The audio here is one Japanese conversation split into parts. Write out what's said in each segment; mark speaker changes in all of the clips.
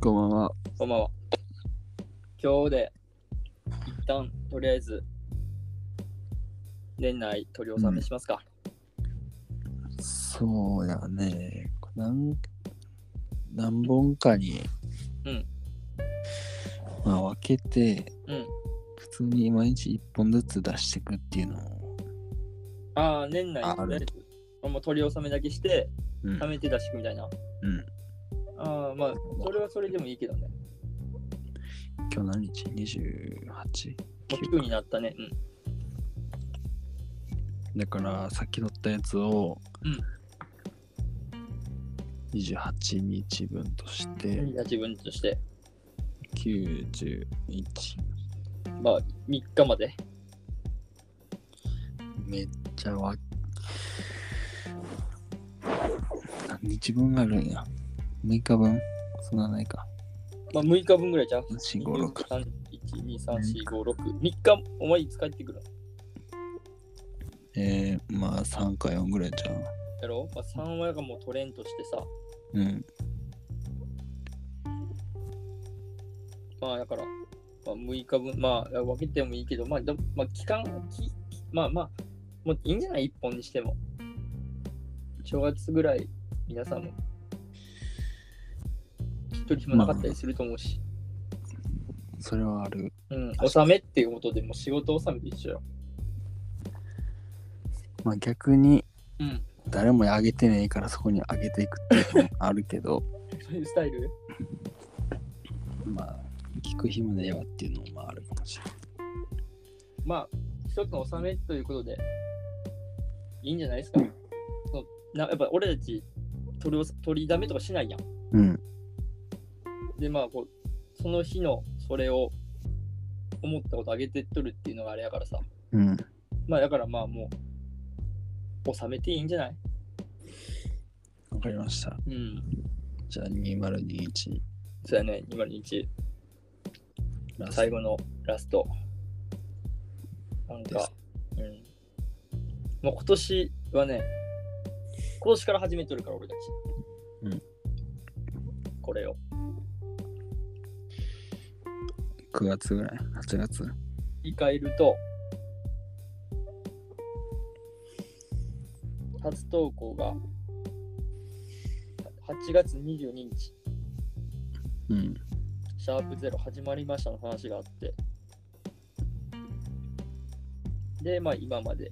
Speaker 1: こんばんは。
Speaker 2: こんばんは。今日で、一旦、とりあえず、年内取り納めしますか。
Speaker 1: そうやね。なん何本かに、
Speaker 2: うん
Speaker 1: まあ分けて、
Speaker 2: うん
Speaker 1: 普通に毎日1本ずつ出していくっていうのを、
Speaker 2: ああ、年内
Speaker 1: あ、
Speaker 2: とりあえず、もう取り納めだけして、
Speaker 1: うん
Speaker 2: 貯めて出していくみたいな。
Speaker 1: うん
Speaker 2: ああ、まあ、それはそれでもいいけどね。
Speaker 1: 今日何日 ?28?
Speaker 2: もう9になったね。うん。
Speaker 1: だからさっき撮ったやつを、
Speaker 2: うん
Speaker 1: 28日分として、
Speaker 2: じゃあ自分として、
Speaker 1: 91
Speaker 2: まあ、3日まで。
Speaker 1: めっちゃわ何日分あるんや6日分そんなないか
Speaker 2: まあ、6日分ぐらいじゃん。
Speaker 1: 4 5 6
Speaker 2: 1、2、3、4、5、6。3日、お前いつ帰ってくるの
Speaker 1: えー、まあ3か4ぐらいじゃん
Speaker 2: やろまあ、3話がもう取れんとしてさ。
Speaker 1: うん
Speaker 2: まあだから、まあ、6日分、まあ分けてもいいけど、まあ、でもまあ、期間き、まあまあ、もういいんじゃない ?1 本にしても。正月ぐらい、皆さんも、一人暇なかったりすると思うし、
Speaker 1: それはある
Speaker 2: うん、納めっていうことでもう仕事納めと一緒よ。
Speaker 1: まあ逆に
Speaker 2: うん。
Speaker 1: 誰もあげてねえからそこにあげていくっていうのもあるけど
Speaker 2: そういうスタイル
Speaker 1: まあ聞く日までやっていうのもあるかもしれない
Speaker 2: まあ、一つの納めということで、いいんじゃないですか。そうなやっぱ俺たち取り納、取りだめとかしないやん。
Speaker 1: うん
Speaker 2: でまあこうその日のそれを思ったことあげてっとるっていうのがあれやからさ
Speaker 1: うん
Speaker 2: まあだからまあもう収めていいんじゃない
Speaker 1: わかりました
Speaker 2: うん
Speaker 1: じゃあ2021
Speaker 2: そうやね今の日
Speaker 1: ラス
Speaker 2: 最
Speaker 1: ト
Speaker 2: 後のラストなん
Speaker 1: で
Speaker 2: か
Speaker 1: す
Speaker 2: うんもう今年はね今年から始めとるから俺たち
Speaker 1: うん
Speaker 2: これを
Speaker 1: 9月ぐらい8月
Speaker 2: 言い換えると初投稿が8月22日
Speaker 1: うん
Speaker 2: 「シャープゼロ始まりました」の話があってでまあ今まで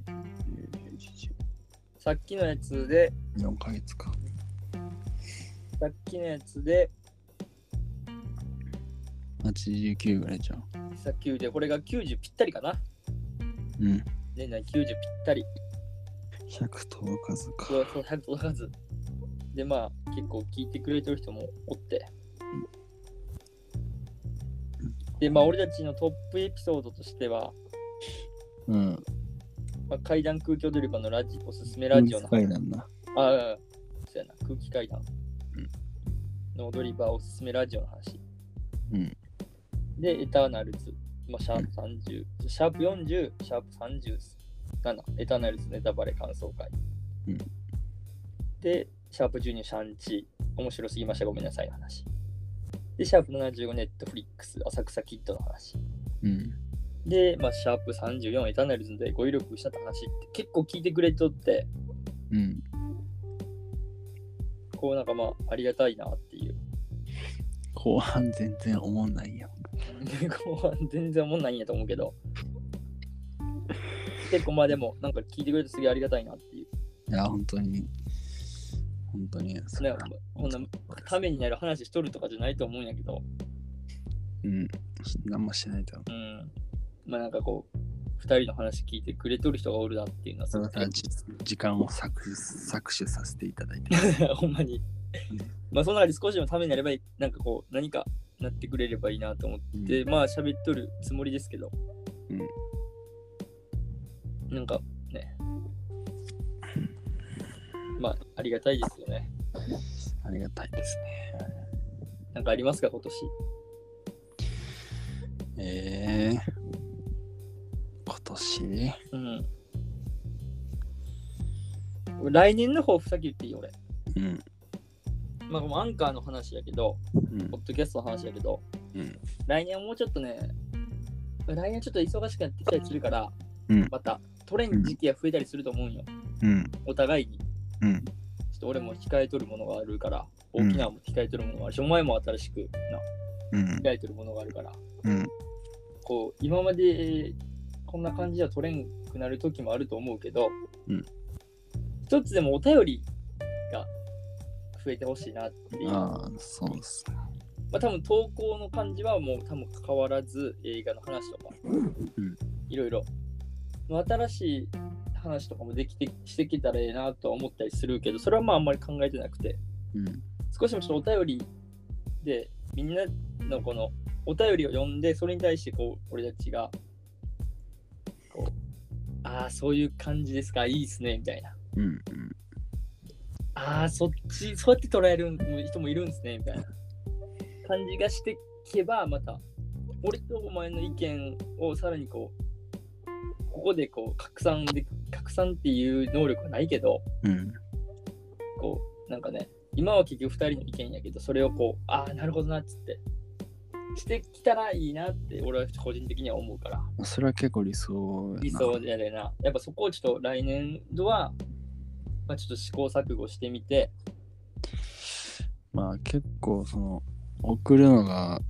Speaker 2: さっきのやつで
Speaker 1: 4ヶ月か
Speaker 2: さっきのやつで
Speaker 1: 89ぐらいじゃん
Speaker 2: さっき言うてこれが90ぴったりかな
Speaker 1: うん
Speaker 2: 年内90ぴったり
Speaker 1: 100届かずか。
Speaker 2: そうそう100届かずでまあ結構聞いてくれてる人もおってでまあ俺たちのトップエピソードとしては、
Speaker 1: うん。
Speaker 2: まあ、階段空気踊り場のラジおすすめラジオの
Speaker 1: スパイなんだ。
Speaker 2: ああそうやな空気階段
Speaker 1: うん
Speaker 2: の踊り場おすすめラジオの話
Speaker 1: うん。
Speaker 2: でエターナルズ、まあ、シャープ30、シャープ40シャープ37エターナルズネタバレ感想会、
Speaker 1: うん
Speaker 2: でシャープ12シャンチー面白すぎましたごめんなさいの話でシャープ75ネットフリックス浅草キッドの話
Speaker 1: うん。
Speaker 2: で、まあ、シャープ34エターナルズで語彙力失った話って結構聞いてくれとって
Speaker 1: うん。
Speaker 2: こうなんかまあありがたいなっていう
Speaker 1: 後半全然思んないよ。
Speaker 2: で後半全然おもんないんやと思うけど結構まあでもなんか聞いてくれてすげえありがたいなっていう
Speaker 1: いや、本当に。本当に。そ
Speaker 2: ね
Speaker 1: うか
Speaker 2: こんなためになる話しとるとかじゃないと思うんやけど
Speaker 1: うん。何もしないと思う。
Speaker 2: うんまあなんかこう2人の話聞いてくれとる人がおるなっていうのはす
Speaker 1: た
Speaker 2: ご
Speaker 1: だ
Speaker 2: い
Speaker 1: ただじ時間を搾取搾取させていただいて。
Speaker 2: ほんまにまあその中で少しでもためになればいいなんかこう何かなってくれればいいなと思って、まあ喋っとるつもりですけど、なんかねまあありがたいですよね
Speaker 1: ありがたいですね。
Speaker 2: なんかありますか今年
Speaker 1: ええ今年
Speaker 2: うん。来年の抱負先言っていい俺。
Speaker 1: うん。
Speaker 2: まあ、このアンカーの話やけど、
Speaker 1: うん
Speaker 2: ポッドキャストの話やけど、
Speaker 1: うん
Speaker 2: 来年はもうちょっとね、来年ちょっと忙しくなってきたりするから、
Speaker 1: うん
Speaker 2: またトレン時期が増えたりすると思うんよ。
Speaker 1: うん
Speaker 2: お互いに。ちょ
Speaker 1: うん
Speaker 2: っと俺も控えとるものがあるから、
Speaker 1: うん
Speaker 2: 大きなも控えとるものがあるし、お前も新しく
Speaker 1: うん
Speaker 2: な控えとるものがあるから、
Speaker 1: うん
Speaker 2: こう、今までこんな感じじゃ取れんくなる時もあると思うけど、
Speaker 1: うん
Speaker 2: 一つでもお便りが増えてほしいなっていう。
Speaker 1: ああそうっすね
Speaker 2: まあ、多分投稿の感じはもう多分変わらず映画の話とか、
Speaker 1: ん
Speaker 2: いろいろまあ新しい話とかもできてしてきたらええなとは思ったりするけどそれはまああんまり考えてなくて
Speaker 1: うん
Speaker 2: 少しでもそのお便りでみんなのこのお便りを読んでそれに対してこう俺たちがこうああそういう感じですかいいっすねみたいな
Speaker 1: うん
Speaker 2: ああそっちそうやって捉える人もいるんですねみたいな感じがしてけばまた俺とお前の意見をさらにこうここでこう拡散で拡散っていう能力はないけど
Speaker 1: うん
Speaker 2: こうなんかね今は結局2人の意見やけどそれをこうああなるほどなっつってしてきたらいいなって俺は個人的には思うから
Speaker 1: うんそれは結構理想やな
Speaker 2: 理想じゃねえなやっぱそこをちょっと来年度は、まあ、ちょっと試行錯誤してみて
Speaker 1: まあ結構その送るのが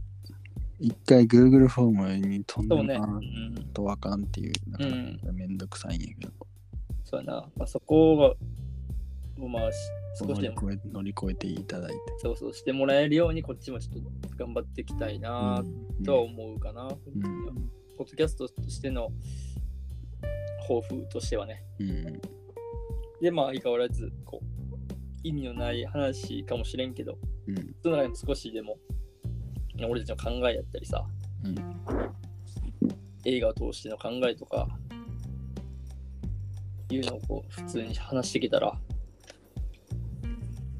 Speaker 1: 一回 Google フォームに飛んで
Speaker 2: そ
Speaker 1: も
Speaker 2: うね、
Speaker 1: ら
Speaker 2: う
Speaker 1: わん
Speaker 2: ん、
Speaker 1: とわかんっていう
Speaker 2: う、
Speaker 1: なんんかめんどくさいんやけど、
Speaker 2: そうやな、まあ、そこが、まあ、し
Speaker 1: そ
Speaker 2: 少
Speaker 1: の
Speaker 2: し
Speaker 1: 乗り
Speaker 2: でも
Speaker 1: 越え乗り越えていただいて、
Speaker 2: そうそうしてもらえるように、こっちもちょっと頑張っていきたいな
Speaker 1: うん
Speaker 2: とは思うかな。
Speaker 1: うん
Speaker 2: ポッドキャストとしての抱負としてはね。
Speaker 1: うん
Speaker 2: で、まあ、相変わらず、こう、意味のない話かもしれんけど、
Speaker 1: うん
Speaker 2: その中にも少しでも、俺たちの考えやったりさ、
Speaker 1: うん
Speaker 2: 映画を通しての考えとか、いうのをこう普通に話していけたら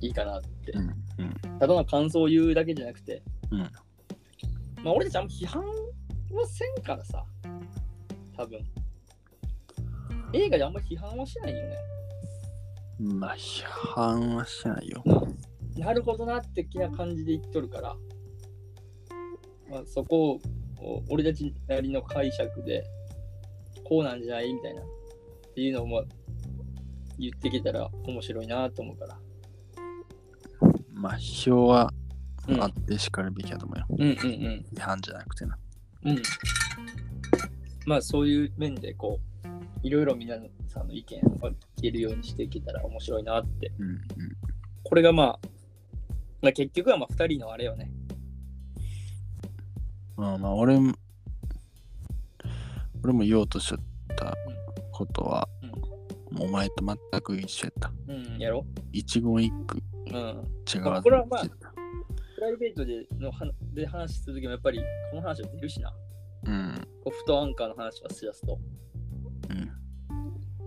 Speaker 2: いいかなって。
Speaker 1: うんうん
Speaker 2: ただの感想を言うだけじゃなくて、
Speaker 1: うん
Speaker 2: まあ俺たちあんま批判はせんからさ、多分。映画であんま批判はしないよね。
Speaker 1: うんまあ批判はしないよ
Speaker 2: なるほどなって的な感じで言っとるから、まあ、そこを俺たちなりの解釈でこうなんじゃないみたいなっていうのをまあ言ってきたら面白いなと思うから。
Speaker 1: まあ批評は
Speaker 2: うん
Speaker 1: あってしかるべきやと思うよ、
Speaker 2: うんうん
Speaker 1: 批判じゃなくてな
Speaker 2: うん。うん、まあそういう面でこういろいろみんなさんの意見を聞けるようにしていけたら面白いなって。
Speaker 1: うんうん
Speaker 2: これがまあ、まあ、結局はまあ2人のあれよね。
Speaker 1: まあまあ俺も俺も言おうとしちゃったことは、お前と全く一緒やった
Speaker 2: うん、やろ
Speaker 1: 一言一句
Speaker 2: うん。
Speaker 1: 違う
Speaker 2: まあこれはまあプライベートでのはで話するときもやっぱりこの話は出るしな。
Speaker 1: うん
Speaker 2: こうフットアンカーの話はしやすと。
Speaker 1: うん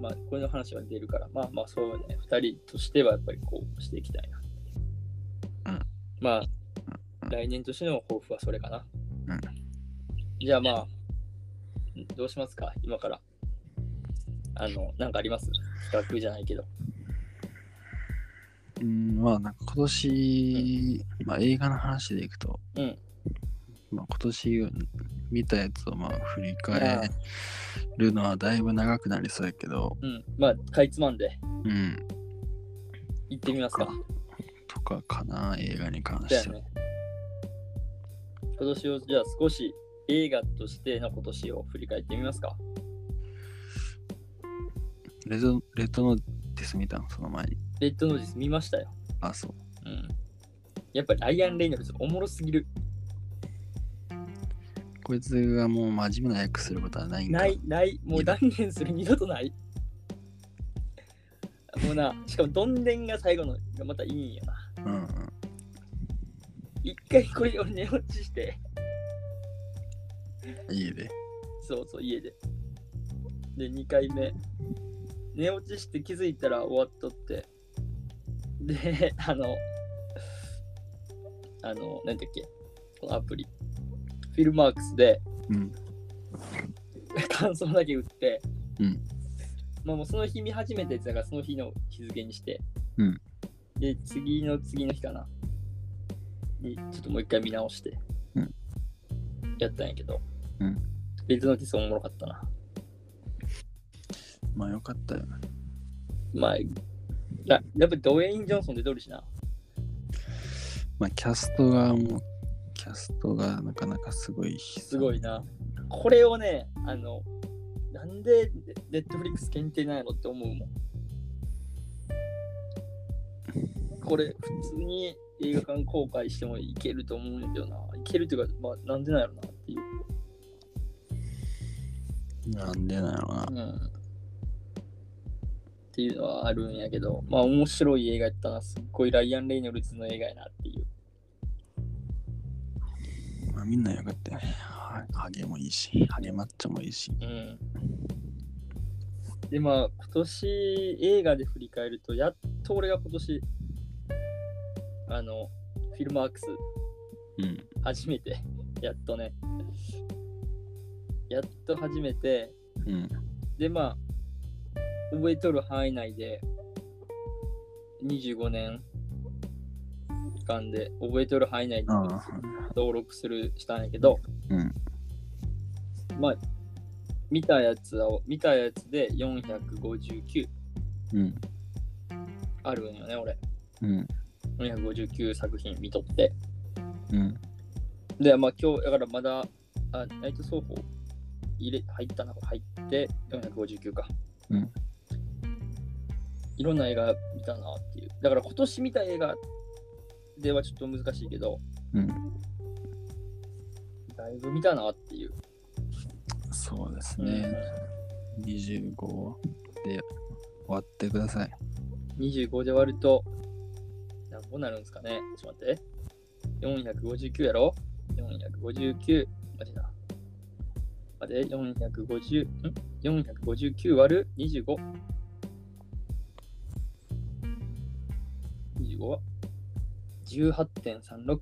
Speaker 2: まあ、これの話は出るから、まあまあそうね、2人としてはやっぱりこうしていきたいな。
Speaker 1: うん
Speaker 2: ま
Speaker 1: う
Speaker 2: あ、
Speaker 1: ん
Speaker 2: 来年としての抱負はそれかな。
Speaker 1: うん
Speaker 2: じゃあまあ、どうしますか今から。あの、なんかあります企画じゃないけど。
Speaker 1: うんまあなんか今年、まあ、映画の話でいくと、
Speaker 2: うん
Speaker 1: まあ、今年見たやつをまあ振り返るのはだいぶ長くなりそうやけど、
Speaker 2: うん。まあ、かいつまんで
Speaker 1: うん、
Speaker 2: 行ってみますか。
Speaker 1: とかかな映画に関
Speaker 2: だ
Speaker 1: し
Speaker 2: よ
Speaker 1: ては、
Speaker 2: ね。今年をじゃあ少し映画としての今年を振り返ってみますか。
Speaker 1: レゾレッドのデス見たのその前に
Speaker 2: レッドノージス見ましたよ。
Speaker 1: あそう
Speaker 2: うん。やっぱりライアン・レイノルズおもろすぎる。
Speaker 1: こいつがもう真面目な役することはないんだ
Speaker 2: ない、ない、もう断言する二度とない。もうな、しかもどんでんが最後のがまたいいんよな。
Speaker 1: うんうん
Speaker 2: 一回これを寝落ちして、
Speaker 1: いいで
Speaker 2: そうそう、家で。で、二回目。寝落ちして気づいたら終わっとって。で、 あの、あの、なんだっけ、このアプリ。フィルマークスで、
Speaker 1: うん
Speaker 2: 感想だけ打って、
Speaker 1: うん
Speaker 2: まあもうその日見始めたやつだからその日の日付にして、
Speaker 1: うん
Speaker 2: で次の次の日かなにちょっともう一回見直して
Speaker 1: うん、
Speaker 2: やったんやけど、
Speaker 1: うん
Speaker 2: 別のテストおもろかったな。
Speaker 1: まあよかったよな。
Speaker 2: まあ、ややっぱりドウェイン・ジョンソン出とるしな。
Speaker 1: まあキャストがもう、キャストがなかなかすごいし。
Speaker 2: すごいな。これをね、あの、なんでネットフリックス限定なんやろって思うもん。これ、普通に映画館公開してもいけると思うんだよな。いけるというか、まあ、なんでなんやろなっていう。
Speaker 1: なんでなのな。
Speaker 2: うん。っていうのはあるんやけど、まあ、面白い映画やったな。すっごいライアン・レイノルズの映画やなっていう。
Speaker 1: まあみんなよかったよね。はハゲもいいし、ハゲマッチョもいいし。
Speaker 2: うん。で、まあ、今年映画で振り返ると、やっと俺が今年、あの、フィルマークス、
Speaker 1: うん。
Speaker 2: 初めて、 やっとね、やっと初めて、
Speaker 1: うん。
Speaker 2: で、まあ、覚えとる範囲内で、25年間で、覚えとる範囲内で
Speaker 1: ああ、
Speaker 2: 登録するしたんやけど、
Speaker 1: うん
Speaker 2: まあ見たやつを見たやつで459
Speaker 1: うん。
Speaker 2: あるんよね俺
Speaker 1: うん。
Speaker 2: 459作品見とって
Speaker 1: うん。
Speaker 2: でまあ今日だからまだあナイト奏法入れ入ったな入って459か
Speaker 1: うん
Speaker 2: いろんな映画見たなっていうだから今年見た映画ではちょっと難しいけど
Speaker 1: うん。
Speaker 2: だいぶ見たなっていう、
Speaker 1: そうです
Speaker 2: うん
Speaker 1: ね。25で終わってください。
Speaker 2: 25で割ると、何本なるんですかねちょっと待って。459やろ ?459。待てな。待て、450。ん ?459 割る25。25は18.36。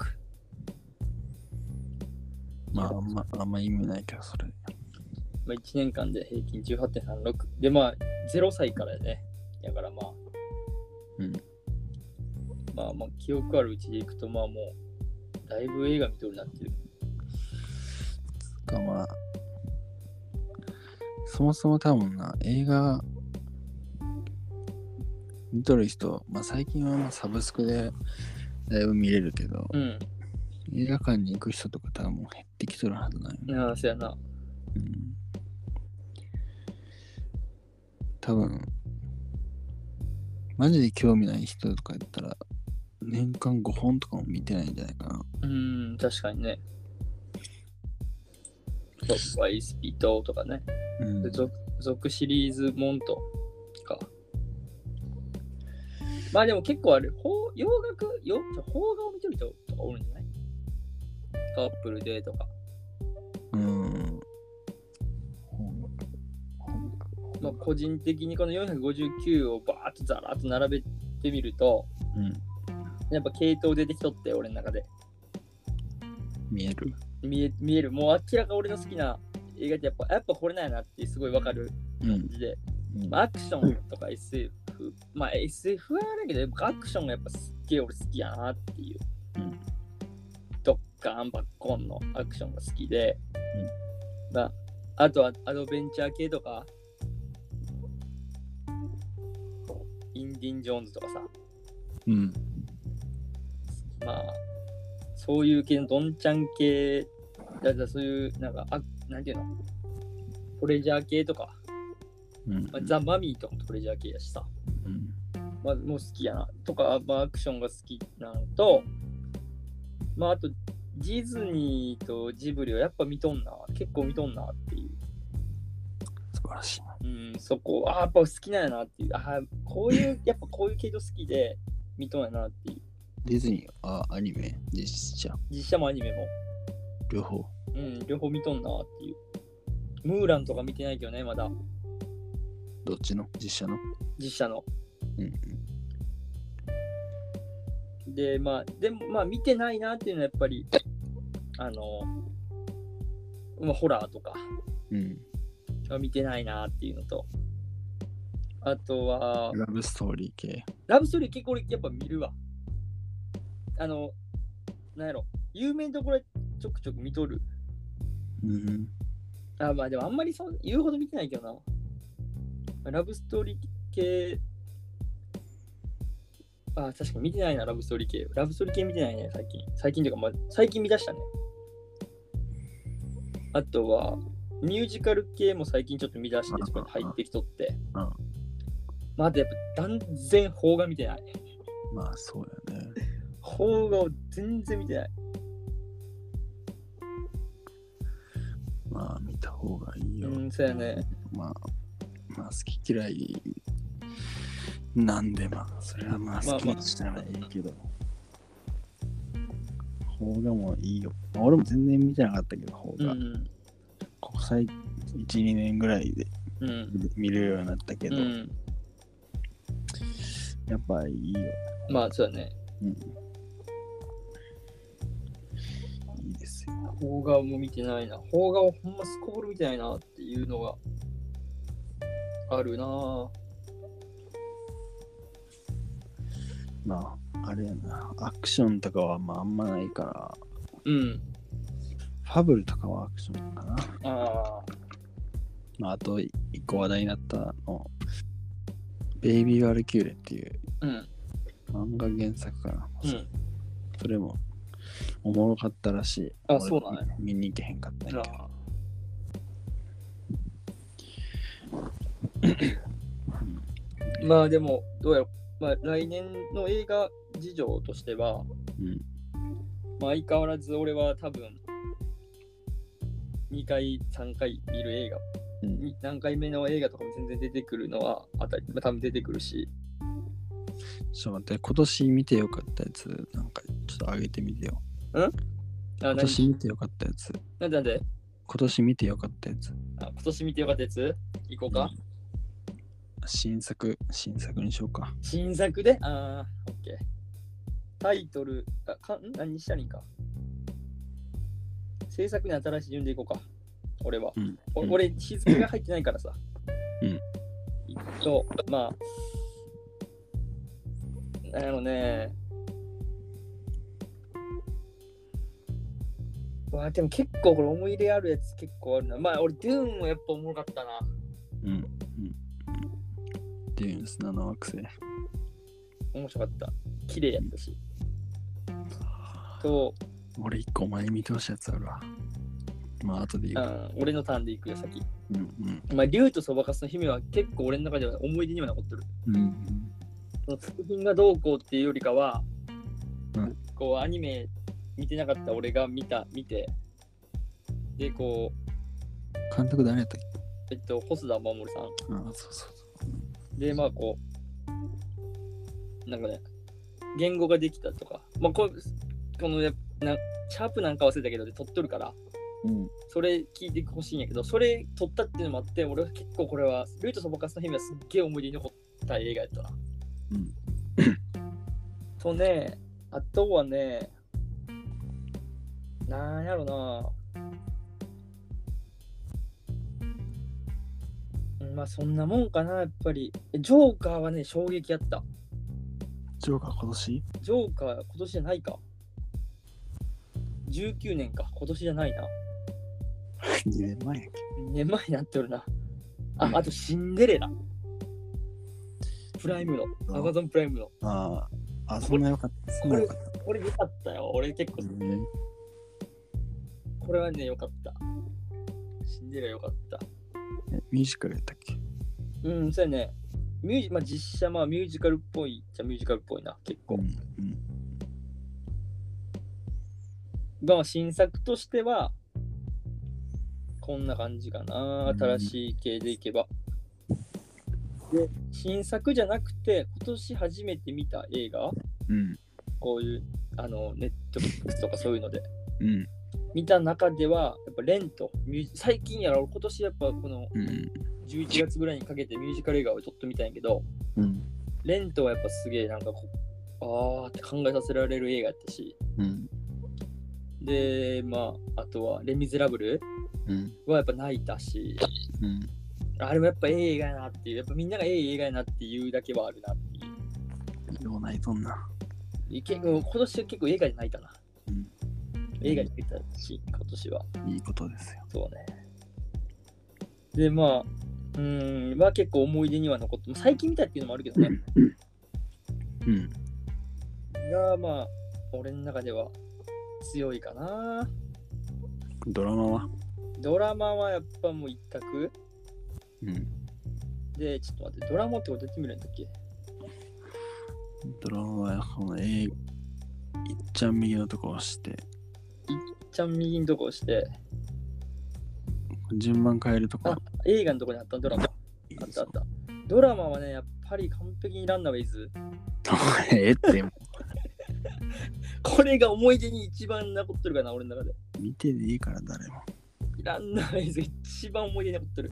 Speaker 1: まああんま、あんま意味ないけど、それ。
Speaker 2: まあ、1年間で平均18.36。で、まあ、0歳からやね。だからまあ、
Speaker 1: うん。
Speaker 2: まあまあ、記憶あるうちでいくと、まあもう、だいぶ映画見とるなっていう。
Speaker 1: かまあそもそも多分な映画見とる人、まあ、最近はまあサブスクでだいぶ見れるけど
Speaker 2: うん。
Speaker 1: 映画館に行く人とか多分もう減ってきとるはずなんよね、
Speaker 2: なあ、そうやな。
Speaker 1: うん、多分マジで興味ない人とかやったら年間5本とかも見てないんじゃないかな
Speaker 2: うん、確かにね。トップはイスピトとかね。
Speaker 1: うん
Speaker 2: で続続シリーズモントか。まあでも結構あれ、邦洋楽、洋邦画を見てる人とかおるんじゃないカップルでとか。
Speaker 1: うん
Speaker 2: まあ個人的にこの459をバーッとザラッと並べてみると、
Speaker 1: うん
Speaker 2: やっぱ系統出てきとって、俺の中で。
Speaker 1: 見える
Speaker 2: 見え見えるもう明らか俺の好きな映画ってやっぱやっぱこれなんやなってすごいわかる
Speaker 1: うん
Speaker 2: 感じで、
Speaker 1: うん
Speaker 2: まあ、アクションとか SF まあ SF はやだけどやっぱアクションがやっぱすっげえ俺好きやなっていう、
Speaker 1: うん
Speaker 2: ドッカーンバッコンのアクションが好きで、まあ、あとはアドベンチャー系とかインディン・ジョーンズとかさ
Speaker 1: うん。
Speaker 2: まあ、そういう系のどんちゃん系、だだそういう、なんか、あなんていうの、トレジャー系とか、
Speaker 1: うん
Speaker 2: まあ、ザ・マミーとかもトレジャー系やしさ、
Speaker 1: うん
Speaker 2: まあ、もう好きやな、とか、まあ、アクションが好きなのと、まあ、あと、ディズニーとジブリはやっぱ見とんな、結構見とんなっていう、
Speaker 1: 素晴らしい。
Speaker 2: うん、そこ、ああ、やっぱ好きなんやなっていう、ああ、こういう、やっぱこういう系統好きで見とんやなっていう、
Speaker 1: ディズニー、あ、アニメ、実写、
Speaker 2: 実写もアニメも。
Speaker 1: 両方。
Speaker 2: うん、両方見とんなっていう。ムーランとか見てないけどね、まだ、
Speaker 1: どっちの実写の
Speaker 2: 実写の。
Speaker 1: うん
Speaker 2: で、まあ、でも、まあ、見てないなっていうのはやっぱり、あの、まあ、ホラーとか
Speaker 1: うん。
Speaker 2: は見てないなっていうのと、あとは、
Speaker 1: ラブストーリー系。
Speaker 2: ラブストーリー結構俺やっぱ見るわ。あの、なんやろ、有名どころちょくちょく見とる。
Speaker 1: うん。
Speaker 2: あ、まあでもあんまりそう言うほど見てないけどな。ラブストーリー系、あ、確かに見てないな、ラブストーリー系。ラブストーリー系見てないね、最近。最近というか、まあ、最近見出したね。あとは、ミュージカル系も最近ちょっと見出して、ちょっと入ってきとって。
Speaker 1: うんうん
Speaker 2: まあ、あとやっぱ断然邦画見てない。
Speaker 1: まあ、そうやね。
Speaker 2: 邦画を全然見てない。
Speaker 1: まあ、見た方がいいよ。
Speaker 2: うん、そうやね。
Speaker 1: まあ、まあ、好き嫌いなんで、まあ、それはまあ、
Speaker 2: まあ
Speaker 1: 好きにしたらいいけど。邦画もいいよ。まあ俺も全然見てなかったけど、邦
Speaker 2: う
Speaker 1: 画。
Speaker 2: ん。
Speaker 1: ここ最1、2年ぐらいで
Speaker 2: うん。
Speaker 1: 見れるようになったけ
Speaker 2: う
Speaker 1: ど、
Speaker 2: ん。
Speaker 1: やっぱいいよ。
Speaker 2: まあ、そうだね。
Speaker 1: いいですよ。
Speaker 2: 邦画も見てないな。邦画はほんますこぶる見てないなっていうのがあるなぁ。
Speaker 1: まあ、あれやな。アクションとかはまあ、あんまないから、
Speaker 2: うん。
Speaker 1: ファブルとかはアクションかな。
Speaker 2: あ
Speaker 1: まあ、あと、一個話題になったの、ベイビー・ワルキューレっていう
Speaker 2: あ。うん。
Speaker 1: 漫画原作かな。
Speaker 2: うん。
Speaker 1: それも、おもろかったらしい。
Speaker 2: あ
Speaker 1: 俺
Speaker 2: そうなん
Speaker 1: 見に行けへんかったんやけど
Speaker 2: ああまあでも、どうやろ、まあ、来年の映画事情としては、
Speaker 1: うん
Speaker 2: まあ、相変わらず俺は多分、2回、3回見る映画、
Speaker 1: うん
Speaker 2: に何回目の映画とかも全然出てくるのはあたり、まあ、多分出てくるし、
Speaker 1: ちょっと待って、今年見てよかったやつ、なんかちょっと上げてみてよ。
Speaker 2: あ
Speaker 1: 今
Speaker 2: なん
Speaker 1: 年見てよかったやつ。
Speaker 2: なんでなんで
Speaker 1: 今年見てよかったやつ。
Speaker 2: あ今年見てよかったやつ行こうか。
Speaker 1: 新作、新作にしようか。
Speaker 2: 新作でああ、オッケー。タイトル、あかん何にしたらいいんか。制作に新しい順でいこうか。俺は。
Speaker 1: うん。
Speaker 2: お
Speaker 1: うん
Speaker 2: 俺、日付が入ってないからさ。
Speaker 1: うん。
Speaker 2: と、まあ、なんやろね。わあ、でも結構これ思い入れあるやつ結構あるな。まあ、俺、デューンもやっぱおもろかったな。
Speaker 1: うん。うん。デューンス7惑星。
Speaker 2: 面白かった。綺麗やったし。と、
Speaker 1: 俺一個前見てほしいやつあるわ。まあ、後で
Speaker 2: う
Speaker 1: 言うか。
Speaker 2: ん、俺のターンで行くよ、先。
Speaker 1: うん。うん。
Speaker 2: まあ、竜とそばかすの姫は結構俺の中では思い出には残ってる。
Speaker 1: うん。
Speaker 2: その作品がどうこうっていうよりかは、
Speaker 1: うん
Speaker 2: こう、アニメ見てなかった俺が見た、見て、で、こう、
Speaker 1: 監督誰やったっ
Speaker 2: えっと、細田守さん。
Speaker 1: けああ、そうそう
Speaker 2: で、まあこう、なんかね、言語ができたとか、まあこう、このね、なシャープなんか忘れたけど、で撮っとるから、
Speaker 1: そう。うん。
Speaker 2: それ聞いてほしいんやけど、それ撮ったっていうのもあって、俺は結構これは、ルートそばかすの姫はすっげえ思い出に残った映画やったな。
Speaker 1: うん。
Speaker 2: とね、あとはね、なんやろな。うんまあそんなもんかな、やっぱり。えジョーカーはね、衝撃やった。
Speaker 1: ジョーカー今年
Speaker 2: ジョーカー今年じゃないか。19年か、今年じゃないな。
Speaker 1: ?2 年前やっけ
Speaker 2: 2年前になっておるな。あ、あとシンデレラ。プライムの、アマゾンプライムの。
Speaker 1: ああ、あ、そんなよかった。そんなよかった。
Speaker 2: これ良かったよ。俺結構、
Speaker 1: うん
Speaker 2: これはね、良かった。シンデレラ良かった。
Speaker 1: えミュージカルやったっけ
Speaker 2: うん、そうやね。ミュージまあ、実写、まあ、ミュージカルっぽいじゃミュージカルっぽいな、結構。
Speaker 1: うん。
Speaker 2: まあ、新作としては、こんな感じかな、新しい系でいけば。で、新作じゃなくて、今年初めて見た映画、
Speaker 1: うん。
Speaker 2: こういう、あの、ネットフリックスとかそういうので、
Speaker 1: うん。
Speaker 2: 見た中では、やっぱ、レント、ミュージ最近やろ、今年やっぱ、この
Speaker 1: うん。
Speaker 2: 11月ぐらいにかけてミュージカル映画をちょっと見たんやけど、
Speaker 1: うん。
Speaker 2: レントはやっぱすげえなんかこあーって考えさせられる映画やったし
Speaker 1: うん。
Speaker 2: でまああとは「レ・ミゼラブル
Speaker 1: うん。」
Speaker 2: はやっぱ泣いたし
Speaker 1: うん。
Speaker 2: あれもやっぱええ映画やなっていうやっぱみんながええ映画やなっていうだけはあるなっていう
Speaker 1: ようないとんな。
Speaker 2: いけ今年は結構映画で泣いたな
Speaker 1: うん。
Speaker 2: 映画に出たし、今年は。
Speaker 1: いいことですよ。
Speaker 2: そうね。で、まあ、うーん、は結構思い出には残って、まあ最近見たっていうのもあるけどね。
Speaker 1: うん。
Speaker 2: が、まあ、俺の中では強いかな。
Speaker 1: ドラマは
Speaker 2: ドラマはやっぱもう一択。
Speaker 1: うん。
Speaker 2: で、ちょっと待って、ドラマってことやってみるんだっけ
Speaker 1: ドラマは、この、えー、いっちゃん右のとこ押して、
Speaker 2: ちゃん右のとこ押して、
Speaker 1: 順番変えるとこ
Speaker 2: あ。映画のとこにあったドラマ。
Speaker 1: いいで
Speaker 2: あっ
Speaker 1: す
Speaker 2: たあっ
Speaker 1: よ
Speaker 2: た。ドラマはね、やっぱり完璧にランナーウェイズ。
Speaker 1: ええって、
Speaker 2: これが思い出に一番残ってるかな、俺の中で。
Speaker 1: 見てでいいから、誰も。
Speaker 2: ランナーウェイズが一番思い出に残ってる。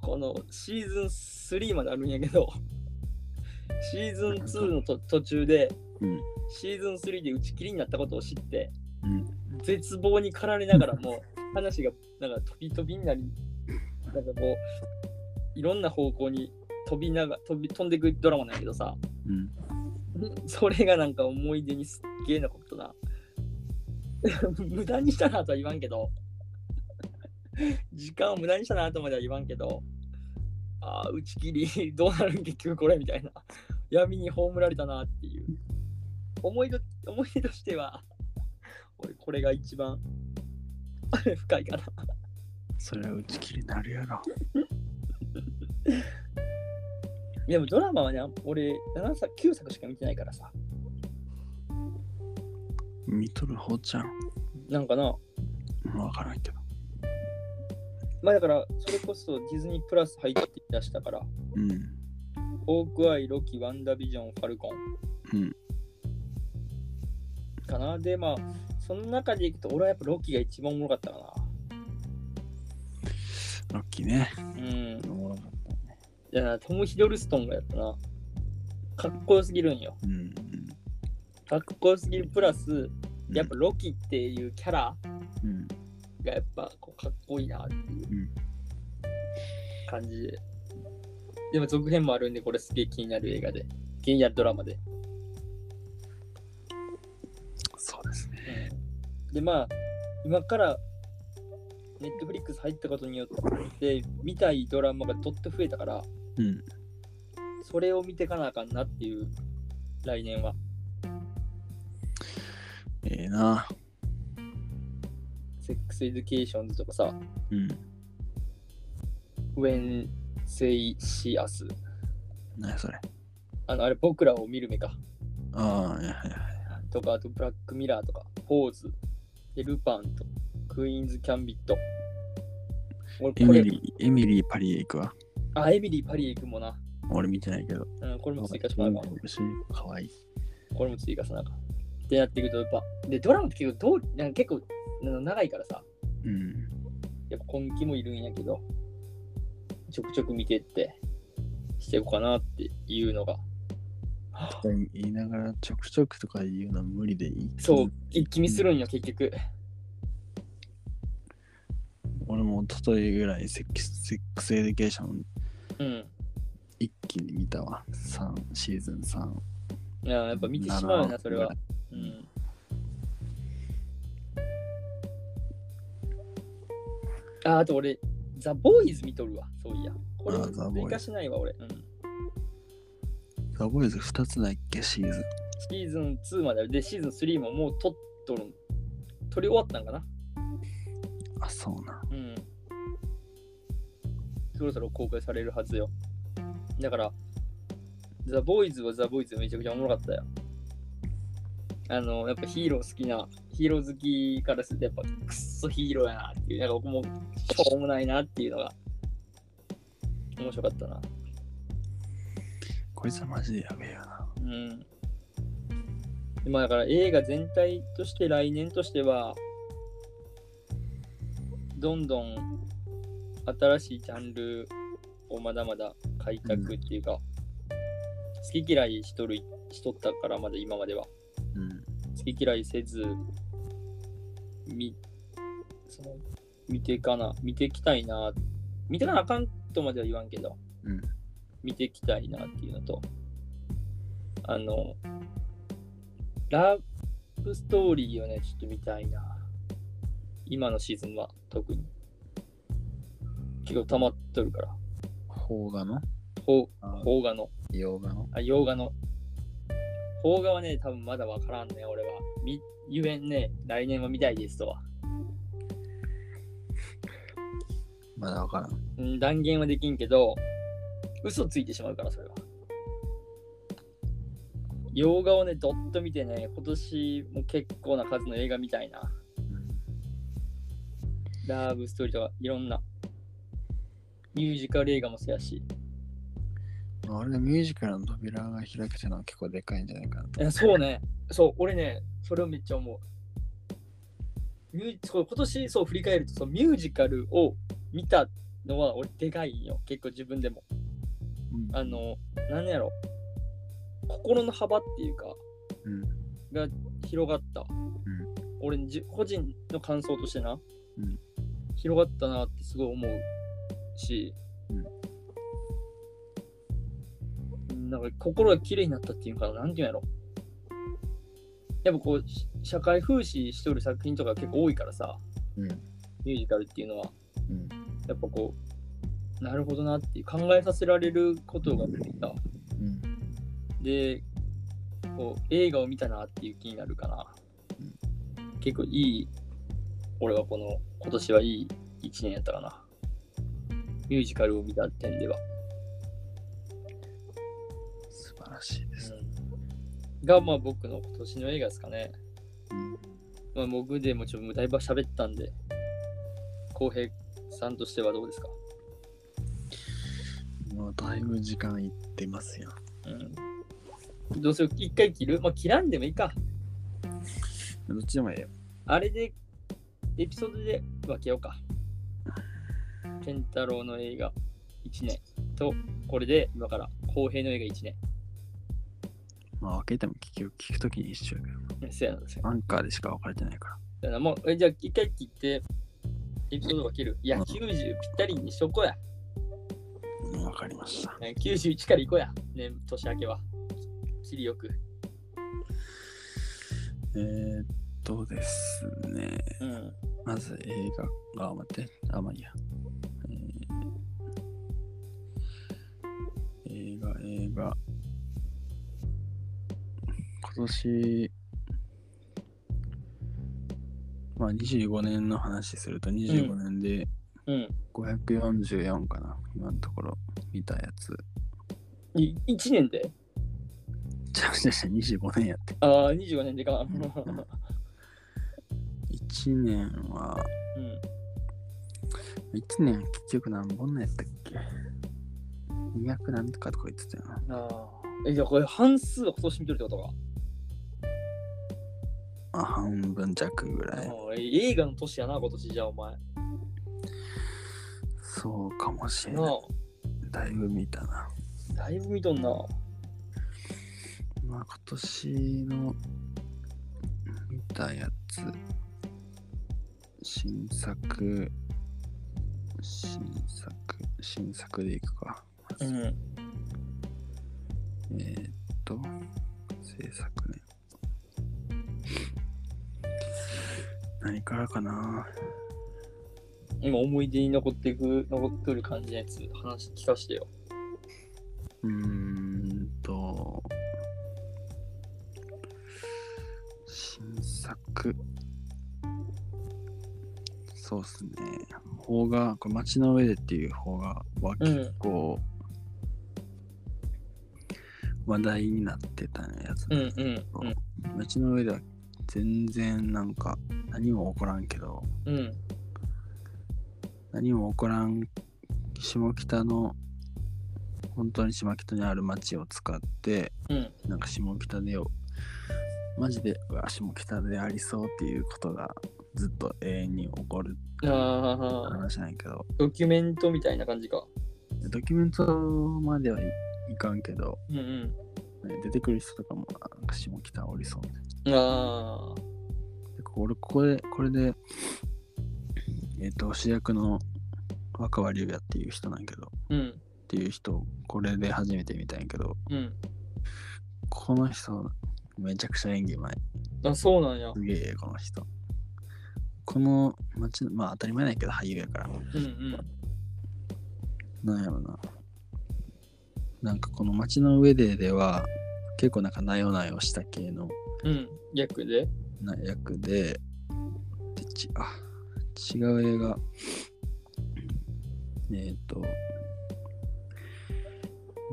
Speaker 2: このシーズン3まであるんやけど、 シーズン2のと途中で、
Speaker 1: うん。
Speaker 2: シーズン3で打ち切りになったことを知って、
Speaker 1: うん
Speaker 2: 絶望に駆られながらも話がなんか飛び飛びになりなんかこういろんな方向に飛びなが飛び飛んでくドラマなんやけどさ
Speaker 1: うん。
Speaker 2: それがなんか思い出にすっげえ残ったな 無駄にしたなとは言わんけど 時間を無駄にしたなとまでは言わんけどああ打ち切り どうなるん結局これみたいな闇に葬られたなっていう思い出思い出としては俺これが一番 深いかな
Speaker 1: それは打ち切りになるやろ。
Speaker 2: でもドラマはね俺7作9作しか見てないからさ
Speaker 1: 見とる方ちゃん。
Speaker 2: なんかな
Speaker 1: わからんけど。
Speaker 2: まあだからそれこそディズニープラス入ってきだしたから
Speaker 1: うん。
Speaker 2: オークアイ、ロキ、ワンダービジョン、ファルコン
Speaker 1: うん。
Speaker 2: かな。で、まあ、その中でいくと、俺はやっぱロキが一番おもろかったか
Speaker 1: ロッキーね。
Speaker 2: な。うん。い
Speaker 1: おもろかっ
Speaker 2: や、トム・ヒドルストンがやったな。かっこよすぎるんよ。
Speaker 1: た。うん。
Speaker 2: かっこよすぎるプラス、
Speaker 1: うん
Speaker 2: やっぱロキっていうキャラ
Speaker 1: うん。
Speaker 2: がやっぱこうかっこいいなって
Speaker 1: う
Speaker 2: いうん感じで。でも続編もあるんで、これすげえ気になる映画で、気になるドラマで。
Speaker 1: そうですね。
Speaker 2: でまあ今からネットフリックス入ったことによって見たいドラマがどっと増えたから
Speaker 1: うん。
Speaker 2: それを見てかなあかんなっていう来年は
Speaker 1: ええな。
Speaker 2: セックスエデュケーションズとかさ
Speaker 1: うん。
Speaker 2: ウェンセイシアス
Speaker 1: なにそれ。
Speaker 2: あのあれ僕らを見る目か
Speaker 1: ああ、いやいや。
Speaker 2: とかあとブラックミラーとかポーズでルパンとクイーンズ・キャンビット俺
Speaker 1: エ
Speaker 2: こ
Speaker 1: ミ
Speaker 2: れ
Speaker 1: リー、エミリーパリへ行くわ。
Speaker 2: あエミリー・パリへ行くもな、
Speaker 1: 俺見てないけど。
Speaker 2: うん、これも追加しまうわ
Speaker 1: かわいい。
Speaker 2: これも追加さなあかんってなっていくとやっぱでドラマって結構どうなんか結構あの長いからさ
Speaker 1: うん。
Speaker 2: やっぱ今期もいるんやけどちょくちょく見てってしていこうかなっていう のが
Speaker 1: とか言いながら、ちょくちょくとか言うのは無理でいい。
Speaker 2: そう。一気見するんよ結局
Speaker 1: 俺も一昨日ぐらいセックス、セックスエデュケーション
Speaker 2: うん
Speaker 1: 一気に見たわ。三シーズン3。
Speaker 2: いややっぱ見てしまうな
Speaker 1: 七
Speaker 2: それは
Speaker 1: ぐらい
Speaker 2: うんああと俺ザ・ボーイズ見とるわそういやこれ
Speaker 1: あザボーイズ
Speaker 2: 追加しないわ俺、うん、
Speaker 1: ザ・ボーイズ2つだっけ、シーズン。
Speaker 2: シーズン2まであるでシーズン3ももう撮っとる撮り終わったんかな
Speaker 1: あ、そうな。
Speaker 2: うんそろそろ公開されるはずよだからザ・ボーイズはザ・ボーイズでめちゃくちゃおもろかったよあのやっぱヒーロー好きなヒーロー好きからするとやっぱクッソヒーローやなっていうなんか僕もしょうもないなっていうのが面白かったな
Speaker 1: こいつはマジでやべえよな。
Speaker 2: うん。まあだから映画全体として来年としては、どんどん新しいジャンルをまだまだ開拓っていうか、好き嫌いしとるしとったからまだ今までは。
Speaker 1: うん。
Speaker 2: 好き嫌いせず、み、その、見てかな、見てきたいな、見てかなあかんとまでは言わんけど、
Speaker 1: うん
Speaker 2: 見てきたいなっていうのと、あの、ラ、プストーリーをね、ちょっと見たいな。今のシーズンは特に。結構溜まっとるから。
Speaker 1: 邦画の
Speaker 2: ほ
Speaker 1: あ
Speaker 2: 邦画の、
Speaker 1: 洋画の
Speaker 2: あ、洋画の。邦画はね、多分まだわからんね、俺は。みゆえんね、来年は見たいですとは。
Speaker 1: まだわからん。
Speaker 2: うん、断言はできんけど、嘘ついてしまうから、それは。洋画をね、どっと見てね、今年も結構な数の映画みたいな。ラブストーリーとか、いろんな。ミュージカル映画もそうやし。
Speaker 1: うん、あれでミュージカルの扉が開けたのは結構でかいんじゃないかなと。
Speaker 2: えそうね。そう、俺ね、それをめっちゃ思う。ミューそう今年、そう、振り返ると、そうミュージカルを見たのは、俺、でかいよ。結構自分でも。
Speaker 1: うん
Speaker 2: あ、の、なんやろ。心の幅っていうか、
Speaker 1: うん。
Speaker 2: が広がった。
Speaker 1: ん
Speaker 2: 俺じ個人の感想としてな、
Speaker 1: うん
Speaker 2: 広がったなってすごい思うし、なんか心が綺麗になったっていうかななんていうんやろやっぱこうし社会風刺しとる作品とか結構多いからさ
Speaker 1: うん。
Speaker 2: ミュージカルっていうのは、
Speaker 1: うん
Speaker 2: やっぱこうなるほどなっていう考えさせられることがさ
Speaker 1: うん。
Speaker 2: でこう映画を見たなっていう気になるかな、結構いい俺はこの今年はいい1年やったかなミュージカルを見た点では、
Speaker 1: 素晴らしいです。
Speaker 2: がまあ僕の今年の映画ですかね、
Speaker 1: うん。
Speaker 2: まあ、僕でもちょっとだいぶ喋ったんで浩平さんとしてはどうですか、
Speaker 1: もうだいぶ時間いってますよ。
Speaker 2: うん、どうする一回切るまあ切らんでもいいか
Speaker 1: どっちでもいいよ。
Speaker 2: あれで、エピソードで分けようか。健太郎の映画1年と、これで今から公平の映画1年。
Speaker 1: まあ分けても聞き聞くときに一緒やけど。
Speaker 2: せやなんですよ。
Speaker 1: アンカーでしか分かれてないから。
Speaker 2: だからもう、えじゃあ一回切って、エピソード分ける。いや、90ぴったりにしとこうや。
Speaker 1: うん、分かりました。
Speaker 2: え91からいこうや。ね、年明けは。き切りよく。
Speaker 1: えー、っとですね。
Speaker 2: うん。
Speaker 1: まず映画。あ、待って。あ、まあいいや。えー映画、映画。今年、まあ25年の話すると25年で
Speaker 2: うん。
Speaker 1: 544かな、今のところ見たやつ。
Speaker 2: い1年で
Speaker 1: ちゃうちゃうちゃう25年やって。
Speaker 2: ああ、25年で か。
Speaker 1: 1年は、
Speaker 2: うん。
Speaker 1: 1年結局何本のやったっけ ?200 何とかとか言ってたよな。
Speaker 2: ああ。え、じゃあこれ半数は今年見とるってことか。
Speaker 1: まあ半分弱ぐらい。
Speaker 2: うん映画の年やな、今年じゃあお前。
Speaker 1: そうかもしれ
Speaker 2: な
Speaker 1: な
Speaker 2: あ
Speaker 1: い。。だいぶ見たな。
Speaker 2: だいぶ見とんな。
Speaker 1: まあ今年の見たやつ、新作、新作、新作でいくか。
Speaker 2: ん。
Speaker 1: えー、っと、制作ね。何からかな
Speaker 2: 今思い出に残っていく、残っとる感じのやつ、話聞かしてよ。
Speaker 1: うーんと、新作。そうっすね。邦画、これ街の上でっていう邦画は結構話題になってたやつ、
Speaker 2: うんうん
Speaker 1: 街の上では全然なんか何も起こらんけど、
Speaker 2: うん。うん。
Speaker 1: 何も起こらん下北の本当に下北にある町を使って
Speaker 2: うん。
Speaker 1: なんか下北でよマジでうわ下北でありそうっていうことがずっと永遠に起こる
Speaker 2: ああ、
Speaker 1: 話なんやけど
Speaker 2: ドキュメントみたいな感じか。
Speaker 1: ドキュメントまではい、いかんけど、
Speaker 2: うんうん
Speaker 1: ね出てくる人とかもあなんか下北おりそうみたいな。
Speaker 2: ああ、
Speaker 1: でこ俺これこれでえっ、と主役の若葉龍也っていう人なんやけど
Speaker 2: うん
Speaker 1: っていう人をこれで初めて見たんやけど
Speaker 2: うん。
Speaker 1: この人めちゃくちゃ演技うまい
Speaker 2: あ、そうなんや。
Speaker 1: すげえ、この人。この町の、まあ当たり前ないけど俳優やから。
Speaker 2: うんうん。
Speaker 1: なんやろな。なんかこの街の上ででは、結構なんかなよなよした系の
Speaker 2: うん。逆で。
Speaker 1: な役で、でちあ違う映画。えっ、と、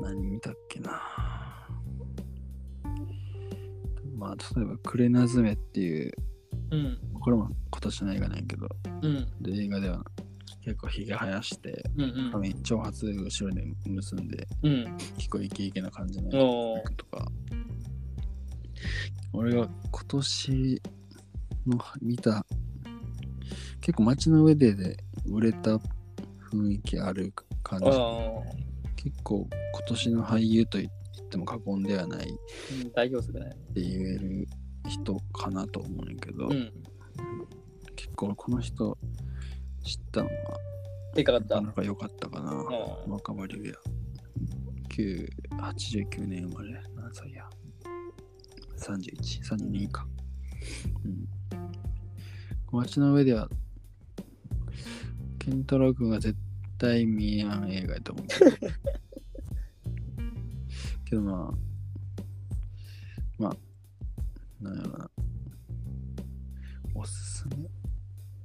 Speaker 1: 何見たっけな。まあ、例えば、クレナズメっていう、
Speaker 2: うん。
Speaker 1: これも今年の映画なんやけど、
Speaker 2: うん。
Speaker 1: で映画では結構ひげ生やして、
Speaker 2: うん
Speaker 1: 髪長髪後ろで結んで、
Speaker 2: うん。うん。
Speaker 1: 結構イケイケな感じのやつ
Speaker 2: おー
Speaker 1: とか俺が今年の見た結構街の上でで売れた雰囲気ある感じ
Speaker 2: ああ。
Speaker 1: 結構今年の俳優と言っても過言ではないっ
Speaker 2: うん代表作ね。
Speaker 1: て言える人かなと思うねんだけど、
Speaker 2: うん。
Speaker 1: 結構この人知ったのは
Speaker 2: でかかっ
Speaker 1: な
Speaker 2: た。
Speaker 1: かなか良かったかな、
Speaker 2: うん
Speaker 1: 若葉龍也9 89年生まれ何歳や3132かうん街の上では健太郎君が絶対見えん映画やと思うけどけどまあまあなんやろなおすす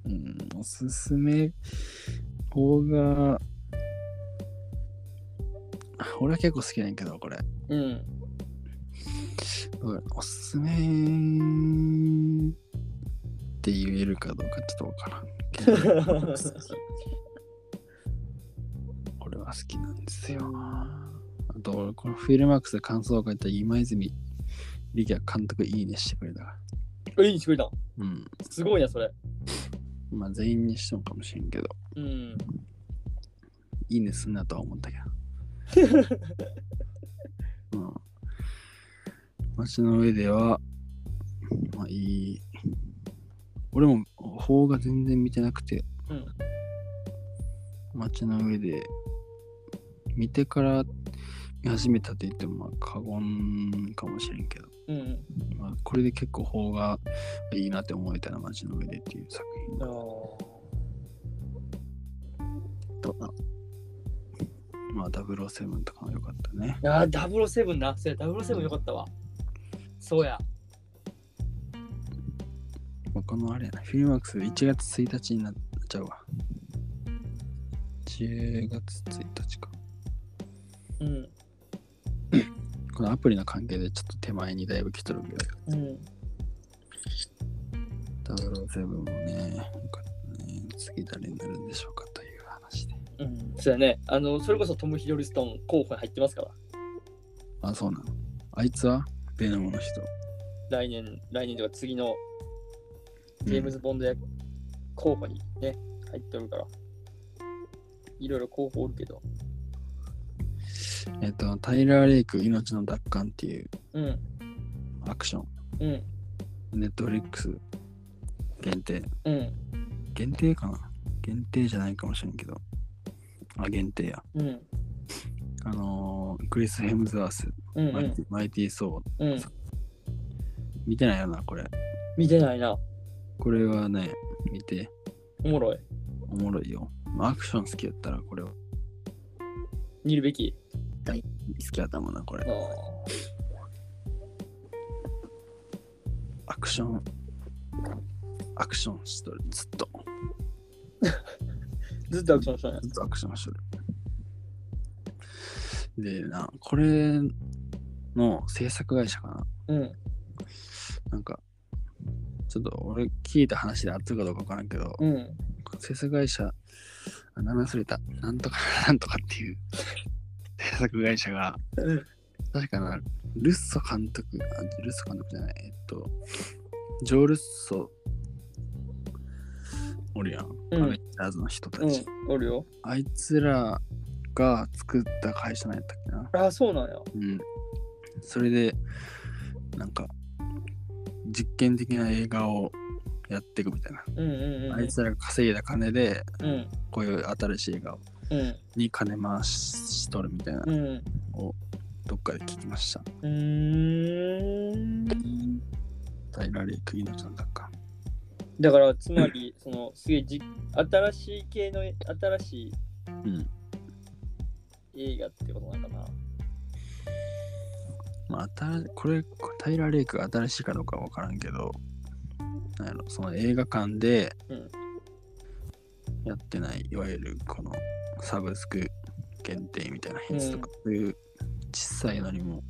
Speaker 1: めうんおすすめ方が 俺は結構好きなんやけどこれ
Speaker 2: うん。
Speaker 1: どうやろおすすめって言えるかどうかちょっとわからんけど俺は好きなんですよあと俺このフィルマックスで感想を書いた今泉力也監督いいねしてくれたから
Speaker 2: え、いいしてくれた。
Speaker 1: うん
Speaker 2: すごいな、それ。
Speaker 1: まあ全員にしてもかもしれんけど
Speaker 2: うん。
Speaker 1: いいねすんなとは思ったけ ど。うん。街の上では、まあいい。俺も方が全然見てなくて、
Speaker 2: うん
Speaker 1: 街の上で見てから見始めたと言ってもまあ過言かもしれんけど、
Speaker 2: うん。
Speaker 1: まあ、これで結構方がいいなって思えたな街の上でっていう作品
Speaker 2: ああ
Speaker 1: が。。とあまあ007とかも良かったね。
Speaker 2: ああ、ダブルセブンな。それダブルセブンよかったわ。そうや。
Speaker 1: まあこのあれやな、フィルマークス1月1日になっちゃうわ。10月1日か。
Speaker 2: うん。
Speaker 1: このアプリの関係でちょっと手前にだいぶ来とるけ
Speaker 2: うん。
Speaker 1: ど、007もね、よかったね。次誰になるんでしょうかという話で。
Speaker 2: うん。そうやね。あの、それこそトム・ヒドルストン候補に入ってますから。
Speaker 1: あ、そうなの。あいつはベノムの人。
Speaker 2: 来年、来年とか次のジェームズ・ボンドや候補にね、入っとるから。いろいろ候補おるけど。
Speaker 1: うんえっと、タイラー・レイク、命の奪還っていう
Speaker 2: うん。
Speaker 1: アクション。
Speaker 2: うん。
Speaker 1: ネットフリックス限定。
Speaker 2: うん。
Speaker 1: 限定かな限定じゃないかもしれんけど。あ、限定や。
Speaker 2: うん。
Speaker 1: あのークリス・ヘムズワース、
Speaker 2: うん。
Speaker 1: マイティマイティー・ソー。
Speaker 2: うん。
Speaker 1: 見てないよな、これ。
Speaker 2: 見てないな。
Speaker 1: これはね、見て、
Speaker 2: おもろい。
Speaker 1: おもろいよ。まあアクション好きやったら、これは。
Speaker 2: 見るべき。
Speaker 1: 好きやったもんな、こ
Speaker 2: あ
Speaker 1: れ。
Speaker 2: ー
Speaker 1: アクション。アクションしとる。ずっと。
Speaker 2: ずっとアクションしたんや。
Speaker 1: ずっとアクションしとる。で、な、これの制作会社かな。
Speaker 2: うん。
Speaker 1: なんか、ちょっと俺聞いた話であったかどうかわからんけど、
Speaker 2: うん。
Speaker 1: 制作会社、あ名前忘れた、なんとか なんとかっていう制作会社が、
Speaker 2: うん
Speaker 1: 確かな、ルッソ監督、あルッソ監督じゃない、えっと、ジョー・ルッソ、おるやん、
Speaker 2: う
Speaker 1: アベ
Speaker 2: ん
Speaker 1: ンジ。ャーズの人た
Speaker 2: う
Speaker 1: ち、
Speaker 2: ん。おるよ。
Speaker 1: あいつらが作った会社なんやったっけな。
Speaker 2: ああ、そうなんや。
Speaker 1: うん。それで、なんか、実験的な映画をやっていくみたいな。
Speaker 2: うんうん
Speaker 1: あいつらが稼いだ金で、
Speaker 2: うん。うん。
Speaker 1: こういう新しい映画を
Speaker 2: うん。
Speaker 1: に金回しとるみたいな
Speaker 2: う、ん。
Speaker 1: どっかで聞きました。
Speaker 2: うーん。
Speaker 1: 与えられ国の人なんだっか。
Speaker 2: だから、つま り、その、すげえじ、新しい系の、新し
Speaker 1: うん。
Speaker 2: い映画ってことなのかな。
Speaker 1: まあ、新しこれ、これ平レイクが新しいかどうかわからんけど、なんやろ、その映画館で
Speaker 2: うん
Speaker 1: やってない、いわゆるこのサブスク限定みたいなやつとか、そういう小さいのにも、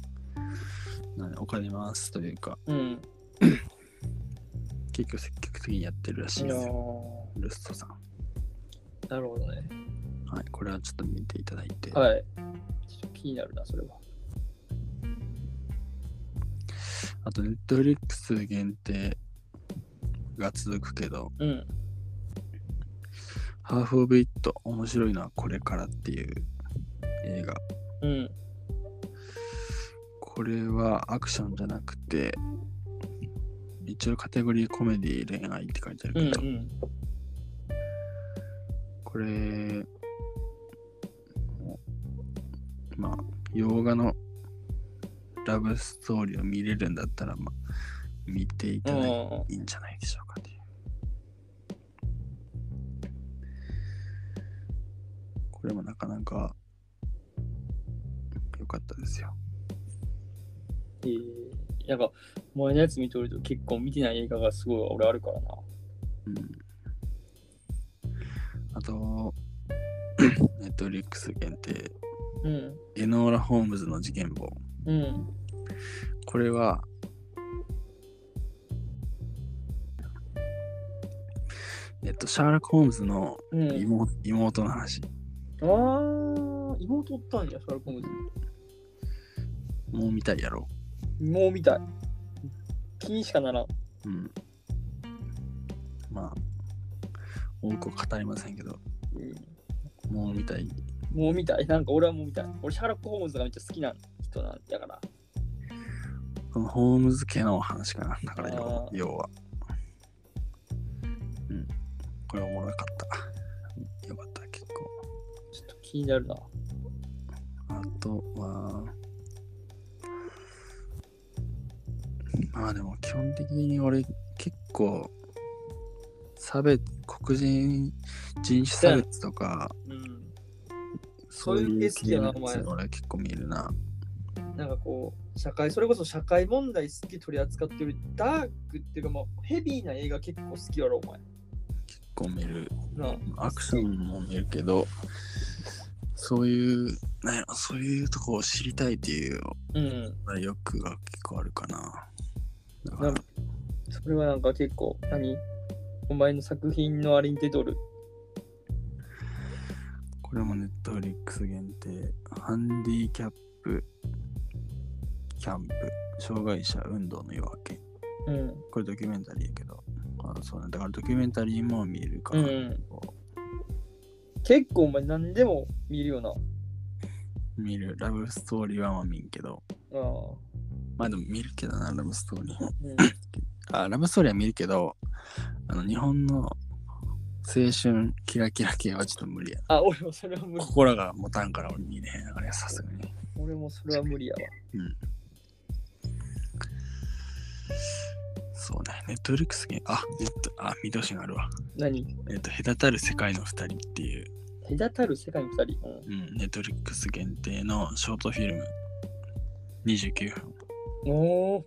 Speaker 1: なんやお金回すというか、
Speaker 2: うん。
Speaker 1: 結局積極的にやってるらしい
Speaker 2: い
Speaker 1: で
Speaker 2: や
Speaker 1: す
Speaker 2: ー
Speaker 1: よ、ルストさん。
Speaker 2: なるほどね。
Speaker 1: はい、これはちょっと見ていただいて。
Speaker 2: はい。ちょっと気になるな、それは。
Speaker 1: あと、ネットフリックス限定が続くけど、
Speaker 2: うん。
Speaker 1: ハーフ・オブ・イット、面白いのはこれからっていう映画。
Speaker 2: うん。
Speaker 1: これはアクションじゃなくて、一応カテゴリーコメディ恋愛って書いてあ
Speaker 2: うん。
Speaker 1: るけど、
Speaker 2: うん。
Speaker 1: これ、まあ、洋画のラブストーリーを見れるんだったら、まあ、見ていただいて
Speaker 2: うん
Speaker 1: いいんじゃないでしょうかね。これもなかなか良かったですよ。
Speaker 2: えー、なんか、前のやつ見とると結構見てない映画がすごい俺あるからな。
Speaker 1: うん。あと、 ネットリックス限定、
Speaker 2: うん。
Speaker 1: エノーラ・ホームズの事件簿。
Speaker 2: うん。
Speaker 1: これは、えっと、シャーロック・ホームズの
Speaker 2: うん。
Speaker 1: 妹,、妹の話。
Speaker 2: ああ、妹おったんや、シャーロックホームズ
Speaker 1: もう見たいやろ。
Speaker 2: もう見たい。気にしかならん。
Speaker 1: うん。まあ、多くは語りませんけど、もうみたい。
Speaker 2: もう見たい。なんか俺はもう見たい。俺、シャーロック・ホームズがめっちゃ好きな人なんだから。
Speaker 1: このホームズ家のお話かな。だから
Speaker 2: あ
Speaker 1: 要
Speaker 2: ー
Speaker 1: 要は。うん。これおもろかった。よかった、結構。
Speaker 2: ちょっと気になるな。
Speaker 1: あとは、まあでも基本的に俺結構、差別、黒人人種差別とか、
Speaker 2: うん。
Speaker 1: そうい
Speaker 2: そういう
Speaker 1: う
Speaker 2: 系好きやな
Speaker 1: 系のやつ
Speaker 2: お前
Speaker 1: 俺結構見るな。
Speaker 2: なんかこう、社会、それこそ社会問題好き取り扱ってるダークっていうか、まあ、ヘビーな映画結構好きやろ、お前。
Speaker 1: 結構見る。
Speaker 2: なあ
Speaker 1: アクションも見るけど、そういう、なんやろそういうとこを知りたいっていう
Speaker 2: うん。
Speaker 1: 欲が結構あるかな。だか
Speaker 2: な
Speaker 1: ら
Speaker 2: んかそれはなんか結構、何お前の作品のあれに出とる。
Speaker 1: これもネットフリックス限定、ハンディキャップ、キャンプ、障害者運動の夜明け。
Speaker 2: うん。
Speaker 1: これドキュメンタリーやけど、あそうね、だからドキュメンタリーも見えるか
Speaker 2: う
Speaker 1: ら、
Speaker 2: ん。結構お前何でも見るよな。
Speaker 1: 見る。ラブストーリーはまあ見んけど、
Speaker 2: ああ。
Speaker 1: まあでも見るけどな、ラブストーリーも。
Speaker 2: うん。
Speaker 1: あ、ラブストーリーは見るけど、あの、日本の青春キラキラ系はちょっと無理や。
Speaker 2: あ、俺もそれは無理。
Speaker 1: 心が持たんから俺見れへん。だからさすがに。
Speaker 2: 俺もそれは無理やわ。
Speaker 1: そうね。ネットフリックスに、あ、ネット、あ、見通しがあるわ。
Speaker 2: 何
Speaker 1: えっ、と、隔たる世界の二人っていう、
Speaker 2: 隔たる世界の二人。うん
Speaker 1: うん、ネットフリックス限定のショートフィルム。29分。
Speaker 2: おお。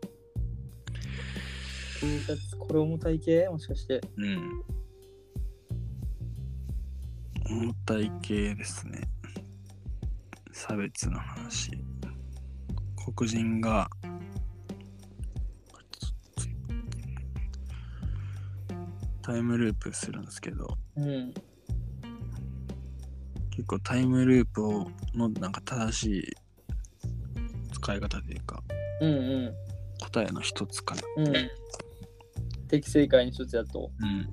Speaker 2: 印刷これ重たい系もしかして。
Speaker 1: うん。重たい系ですね。差別の話。黒人が、タイムループするんですけど、
Speaker 2: うん。
Speaker 1: 結構タイムループをのなんか正しい使い方というか、
Speaker 2: うんう
Speaker 1: 答えの一つかな。
Speaker 2: ん。うん。適正解の一つやと。
Speaker 1: うん。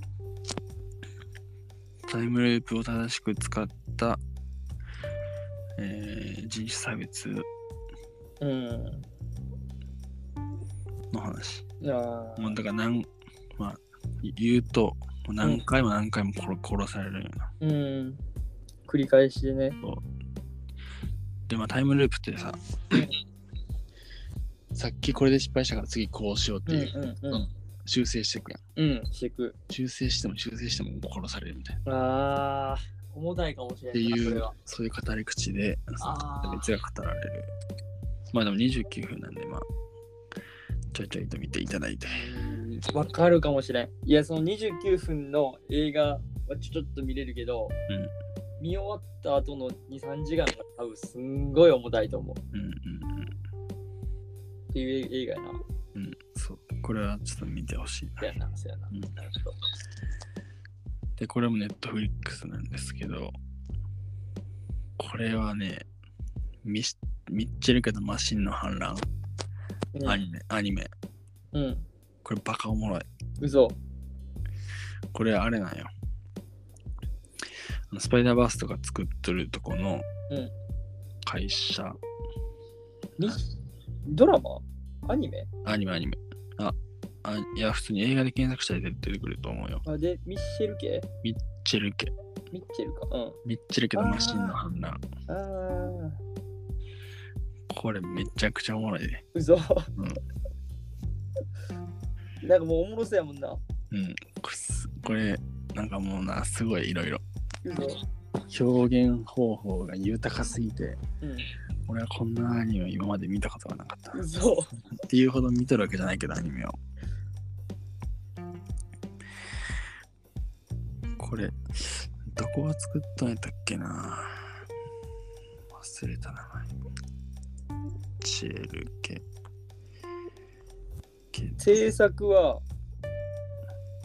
Speaker 1: タイムループを正しく使った、えー人種差別
Speaker 2: うん。
Speaker 1: の話。
Speaker 2: ああ
Speaker 1: もうだから何、まあ、言うと、もう何回も何回も殺殺されるような。
Speaker 2: うん。繰り返しでね。
Speaker 1: で、まあタイムループってさ
Speaker 2: うん、
Speaker 1: さっきこれで失敗したから次こうしようって
Speaker 2: うん
Speaker 1: いう
Speaker 2: うんうん。
Speaker 1: 修正していくやん。
Speaker 2: うん、していく。
Speaker 1: 修正しても修正しても殺されるみたいな。
Speaker 2: ああ、重たいかもしれ
Speaker 1: っ
Speaker 2: な
Speaker 1: て
Speaker 2: いな、
Speaker 1: い
Speaker 2: それ
Speaker 1: う
Speaker 2: は。、
Speaker 1: そういう語り口で、
Speaker 2: あー
Speaker 1: 熱が語られる。まあでも29分なんで、まあ、ちょいちょいと見ていただいて。
Speaker 2: わかるかもしれん。いや、その29分の映画はちょちょっと見れるけど、
Speaker 1: うん
Speaker 2: 見終わった後の2、3時間が多分すんごい重たいと思
Speaker 1: う
Speaker 2: う
Speaker 1: んうんうん。
Speaker 2: っていう映画やな。
Speaker 1: うん、そう。これはちょっと見てほしい
Speaker 2: そうや
Speaker 1: な。
Speaker 2: な、そうやな。
Speaker 1: うん
Speaker 2: なるほど
Speaker 1: で、これもネットフリックスなんですけど、これはね、ミシミッチェルケとマシンの反乱、
Speaker 2: うん
Speaker 1: アニメ、アニメ。
Speaker 2: うん、
Speaker 1: これバカおもろい。
Speaker 2: 嘘。
Speaker 1: これあれなんよ。あのスパイダーバースとか作ってるとこの
Speaker 2: うん
Speaker 1: 会社、
Speaker 2: にドラマアニメ
Speaker 1: アニメアニメ。あ、あいや、普通に映画で検索したら出てくると思うよ。
Speaker 2: あで、ミッシェル系
Speaker 1: ミッチェルケ。
Speaker 2: ミッチェルか。うん。
Speaker 1: ミッチェルケとマシンの反乱。
Speaker 2: ああ、
Speaker 1: これめちゃくちゃおもろいね。
Speaker 2: 嘘。なんかもうおもろそうやもんな。
Speaker 1: うん。これす、これなんかもうな、すごいいろいろ。
Speaker 2: 嘘。
Speaker 1: 表現方法が豊かすぎて、
Speaker 2: うん。
Speaker 1: 俺はこんなアニメを今まで見たことがなかった。
Speaker 2: 嘘。
Speaker 1: っていうほど見てるわけじゃないけど、アニメを。これ、どこが作ったんやったっけな忘れた名前。チェルケ。け
Speaker 2: 制作は、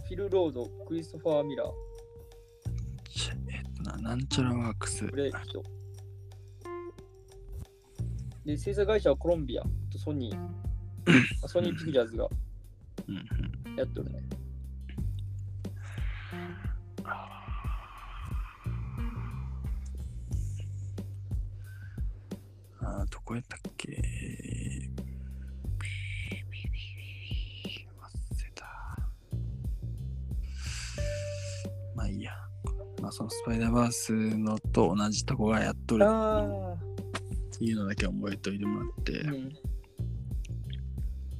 Speaker 2: フィル・ロード、クリストファー・ミラー、
Speaker 1: チェえっとな、なんちゃらワークス。
Speaker 2: ブレイキと。で、制作会社はコロンビアとソニ ー、あソニー・ピクチャーズが
Speaker 1: うんうん、
Speaker 2: やっとるね。
Speaker 1: あーどこやったっけ忘れた。まあいいや。まあそのスパイダーバースのと同じとこがやっとる
Speaker 2: あ
Speaker 1: っていうのだけ覚えておいてもらって、
Speaker 2: あ、う
Speaker 1: っ
Speaker 2: ん。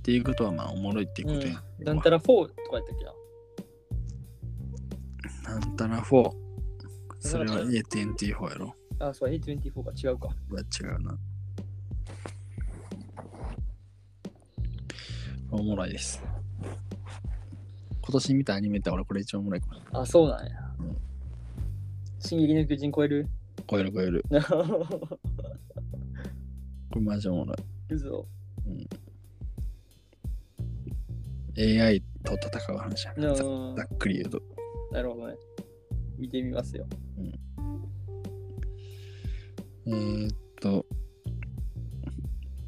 Speaker 1: ていうことはまあおもろいっていうことや。
Speaker 2: うんなんたら4とかやったっけな。
Speaker 1: なんたら4。それは ATNT4 やろ。
Speaker 2: あ、そう、A24 が違うか。
Speaker 1: は違うな。おもろいです。今年見たアニメって俺これ一番おもろいかも。
Speaker 2: あ、そうなんや
Speaker 1: うん。
Speaker 2: 進撃の巨人超える
Speaker 1: 超える超える。これマジおもろ
Speaker 2: 嘘。
Speaker 1: い。AI と戦う話や
Speaker 2: う
Speaker 1: な。ざ
Speaker 2: ん
Speaker 1: ざっくり言うと。
Speaker 2: なるほどね。見てみますよ。
Speaker 1: えー、っと。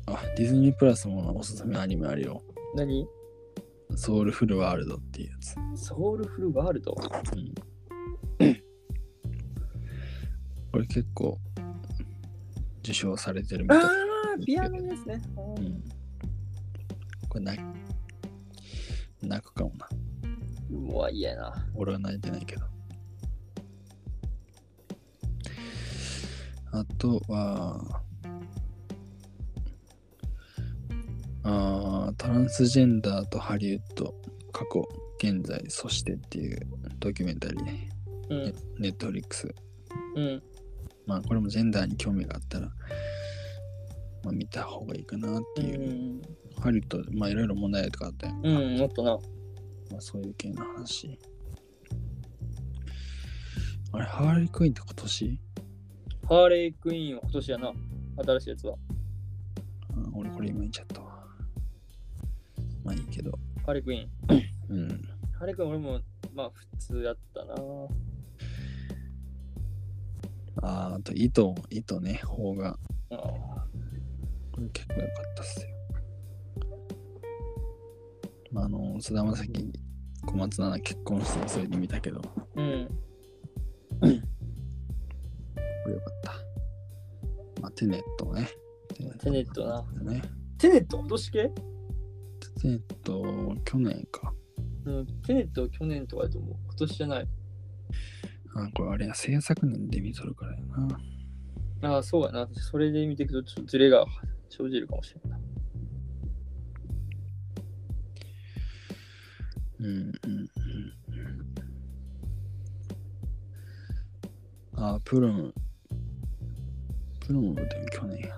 Speaker 1: あ、ディズニープラスもおすすめアニメあるよ。
Speaker 2: 何
Speaker 1: ソウルフルワールドっていうやつ。
Speaker 2: ソウルフルワールド
Speaker 1: うん、これ結構受賞されてるみたい。
Speaker 2: ーピアノですね。
Speaker 1: うんこれ泣泣くかもな。
Speaker 2: うわ、嫌やな。
Speaker 1: 俺は泣いてないけど。あとは、あートランスジェンダーとハリウッド、過去、現在、そしてっていうドキュメンタリー、
Speaker 2: うん。
Speaker 1: ネットフリックス。
Speaker 2: うん。
Speaker 1: まあ、これもジェンダーに興味があったら、まあ、見た方がいいかなって
Speaker 2: う
Speaker 1: いう。
Speaker 2: ん。
Speaker 1: ハリウッド、まあ、いろいろ問題とかあったよ。
Speaker 2: うん、もっとな。
Speaker 1: まあ、そういう系の話。あれ、ハーレークイーンって今年
Speaker 2: ハーレークイーンは今年やな。新しいやつは。
Speaker 1: あ俺これ今言っちゃったわ。まあいいけど。
Speaker 2: ハーレークイーン。
Speaker 1: うん。
Speaker 2: ハーレークイーン俺も、まあ普通やったな。
Speaker 1: あーあと、糸、糸ね、方が。
Speaker 2: あ
Speaker 1: これ結構良かったっすよ。まあ、あの、菅田将暉、小松菜奈結婚してもそれで見たけど、こ
Speaker 2: ーうん。
Speaker 1: れ良かった。まあ、テネットね。テネ
Speaker 2: テネットな。
Speaker 1: トね。
Speaker 2: テネット今年系
Speaker 1: テネット、去年か。
Speaker 2: うん。テネットは去年とかやと思う。今年じゃない。
Speaker 1: あ、これあれや、制作年で見とるからやな。
Speaker 2: ああ、そうやな。それで見ていくと、ちょっとズレが生じるかもしれんない。
Speaker 1: うんうんうんあ、プロム。プロムで去年や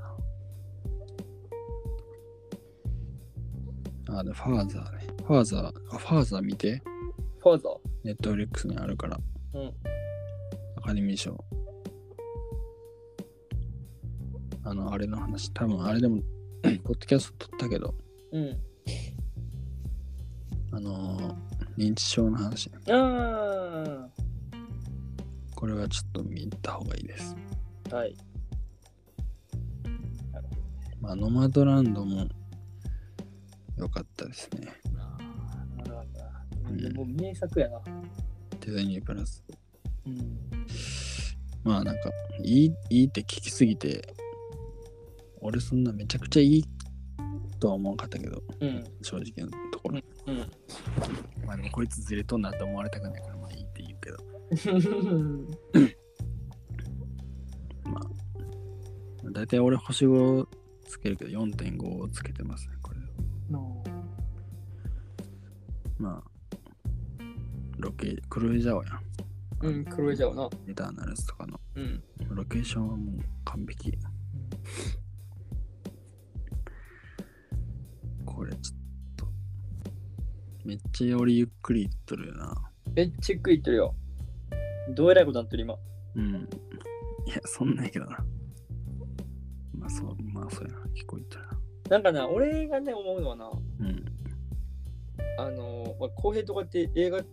Speaker 1: な。あ、で、ファーザーね。ファーザー、あ、ファーザー見て。
Speaker 2: ファーザー。
Speaker 1: ネットフリックスにあるから。
Speaker 2: うん。
Speaker 1: アカデミー賞。あの、あれの話、多分あれでも、 ポッドキャスト撮ったけど、
Speaker 2: うん。
Speaker 1: あのー認知症の話、ね、
Speaker 2: あ
Speaker 1: これはちょっと見た方がいいです。
Speaker 2: ーはい。
Speaker 1: まあ、ノマドランドも良かったですね。
Speaker 2: なるほどな
Speaker 1: うん
Speaker 2: でも名作やな。
Speaker 1: ディズニープラス。
Speaker 2: うん。
Speaker 1: まあなんか、いい、いいって聞きすぎて、俺そんなめちゃくちゃいいとは思わんかったけど、
Speaker 2: うん。
Speaker 1: 正直なところ。
Speaker 2: うん。
Speaker 1: まあでもこいつずれとんなって思われたくないから、まあいいって言うけど、まあ、だいたい俺星5をつけるけど、4.5をつけてますね、これ。
Speaker 2: の
Speaker 1: まあ、ロケ、クルージャオやん。
Speaker 2: うん、黒いじゃうな。
Speaker 1: エターナルズとかの。
Speaker 2: うん。
Speaker 1: ロケーションはもう完璧。これちょっと。めっちゃ俺ゆっくりいっとるよな。
Speaker 2: めっちゃ食いってるよ。どうえらいことなってる今。
Speaker 1: うん。いや、そんなんやけどな。まあそう、まあそうやな。聞こえたな。
Speaker 2: なんかな、俺がね、思うのはな、
Speaker 1: うん。
Speaker 2: あのー、まあ、浩平とかって映画と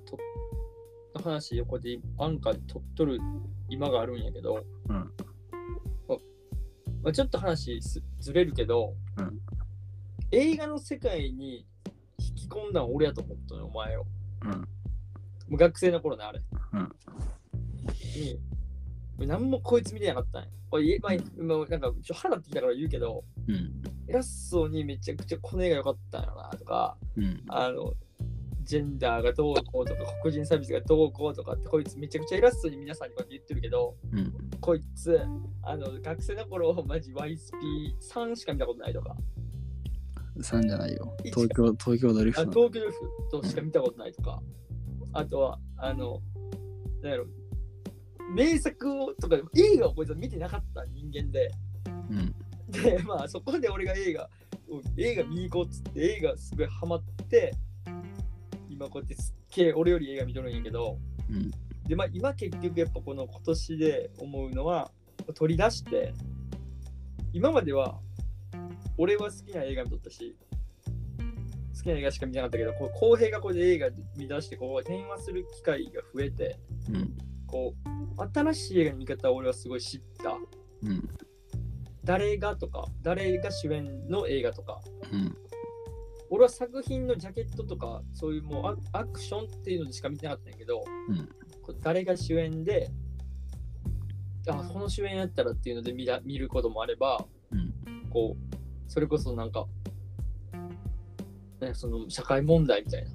Speaker 2: の話横でアンカーで撮っとる今があるんやけど、
Speaker 1: うん
Speaker 2: まあまあ、ちょっと話すずれるけど、
Speaker 1: うん
Speaker 2: 映画の世界に引き込んだん俺やと思ったのお前を。
Speaker 1: うん。
Speaker 2: もう学生の頃ね、あれ。
Speaker 1: うん
Speaker 2: に、何もこいつ見てなかったんや。おい、まあ、今なんかちょ腹立ってきたから言うけど、
Speaker 1: うん。
Speaker 2: 偉そうにめちゃくちゃこの映画良かったんやろなとか、
Speaker 1: うん。
Speaker 2: あの、ジェンダーがどうこうとか、黒人差別がどうこうとかって、こいつめちゃくちゃ偉そうに皆さんにこうやって言ってるけど、
Speaker 1: うん。
Speaker 2: こいつ、あの、学生の頃、マジ YSP3 しか見たことないとか、
Speaker 1: 3じゃないよ。東京、東京ドリ
Speaker 2: あ
Speaker 1: フト。
Speaker 2: 東京ドリフトしか見たことないとか、あとは、あの、なんやろ、名作をとか、映画をこいつは見てなかった人間で、
Speaker 1: うん。
Speaker 2: で、まあ、そこで俺が映画を、映画見に行こうっつって、映画すごいハマって、今こうやってすっげえ俺より映画見とるんやけど、
Speaker 1: うん。
Speaker 2: で、まあ、今結局やっぱこの今年で思うのは、取り出して、今までは、俺は好きな映画見とったし、好きな映画しか見てなかったけど、こう公平がこれで映画見出して、こう、電話する機会が増えて、
Speaker 1: うん。
Speaker 2: こう、新しい映画の見方を俺はすごい知った。
Speaker 1: うん。
Speaker 2: 誰がとか、誰が主演の映画とか、
Speaker 1: うん。
Speaker 2: 俺は作品のジャケットとかそういうもうアアクションっていうのでしか見てなかったんやけど、
Speaker 1: うん
Speaker 2: こう誰が主演であこの主演やったらっていうので見ら見ることもあれば、
Speaker 1: うん
Speaker 2: こうそれこそなんかねその社会問題みたいな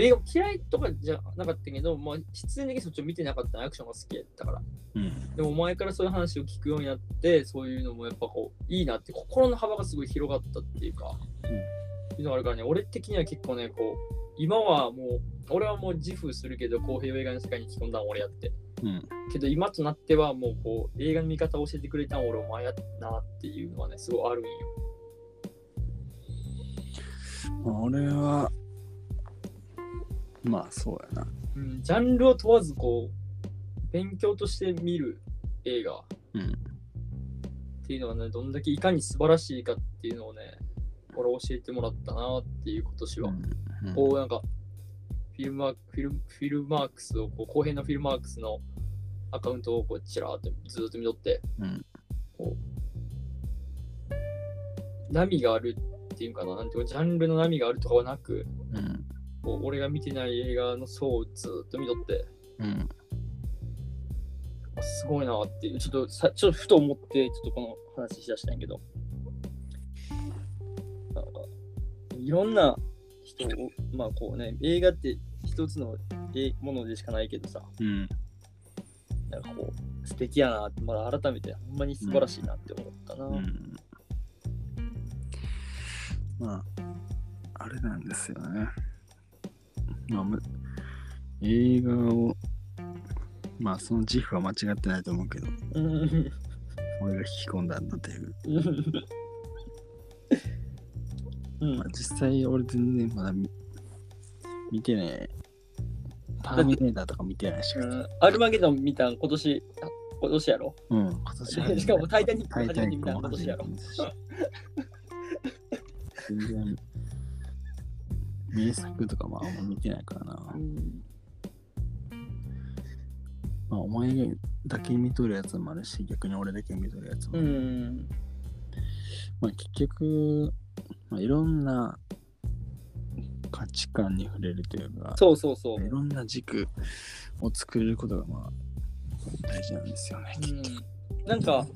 Speaker 2: 映画嫌いとかじゃなかったけど、まあ、必然的にそっちを見てなかったアクションが好きやったから
Speaker 1: うん。
Speaker 2: でもお前からそういう話を聞くようになってそういうのもやっぱこういいなって心の幅がすごい広がったっていうか、
Speaker 1: うん
Speaker 2: いうのがあるからね俺的には結構ねこう今はもう俺はもう自負するけど公平を映画の世界に引き込んだん俺やって
Speaker 1: うん。
Speaker 2: けど今となってはもうこう映画の見方を教えてくれたん俺お前やなっていうのはねすごいあるんよ
Speaker 1: まあ俺は、まあそうやな。
Speaker 2: うん、ジャンルを問わずこう勉強として見る映画、
Speaker 1: うん
Speaker 2: っていうのはねどんだけいかに素晴らしいかっていうのをね俺教えてもらったなっていう今年は、
Speaker 1: うん
Speaker 2: こうなんかフィルマークフィルフィルマークスをこう公平なフィルマークスのアカウントをこうちらーっとずっと見とって、
Speaker 1: うん
Speaker 2: こう波があるっていうかななんていうかジャンルの波があるとかはなく、
Speaker 1: うん。
Speaker 2: こう俺が見てない映画の層をずーっと見とって、
Speaker 1: うん。
Speaker 2: あすごいなっていう、ちょっとさちょっとふと思って、ちょっとこの話しだしたんやけど、なんかいろんな人を、まあこうね、映画って一つのえものでしかないけどさ、
Speaker 1: うん。
Speaker 2: なんかこう、素敵やなって、まだ改めて、ほんまに素晴らしいなって思ったな。
Speaker 1: うんまあ、あれなんですよね。まあ、む映画を、まあその自負は間違ってないと思うけど、
Speaker 2: うん
Speaker 1: 俺が引き込んだんだっていう。
Speaker 2: うん
Speaker 1: まあ、実際俺全然まだ見見てねターミネーターとか見てないし。
Speaker 2: うんアルマゲドン見たん今年、あ今年やろ
Speaker 1: うん、今年初めて
Speaker 2: しかもタイタニックも初めて見
Speaker 1: タイタニック
Speaker 2: た
Speaker 1: も初めて見たし全然、名作とかまああんま見てないからな。まあ、お前だけ見とるやつもあるし、逆に俺だけ見とるやつもあ
Speaker 2: う
Speaker 1: る。
Speaker 2: ん。
Speaker 1: まあ、結局、まあ、いろんな価値観に触れるというか、
Speaker 2: そうそうそう。
Speaker 1: いろんな軸を作ることがまあ大事なんですよね。
Speaker 2: うんなんか、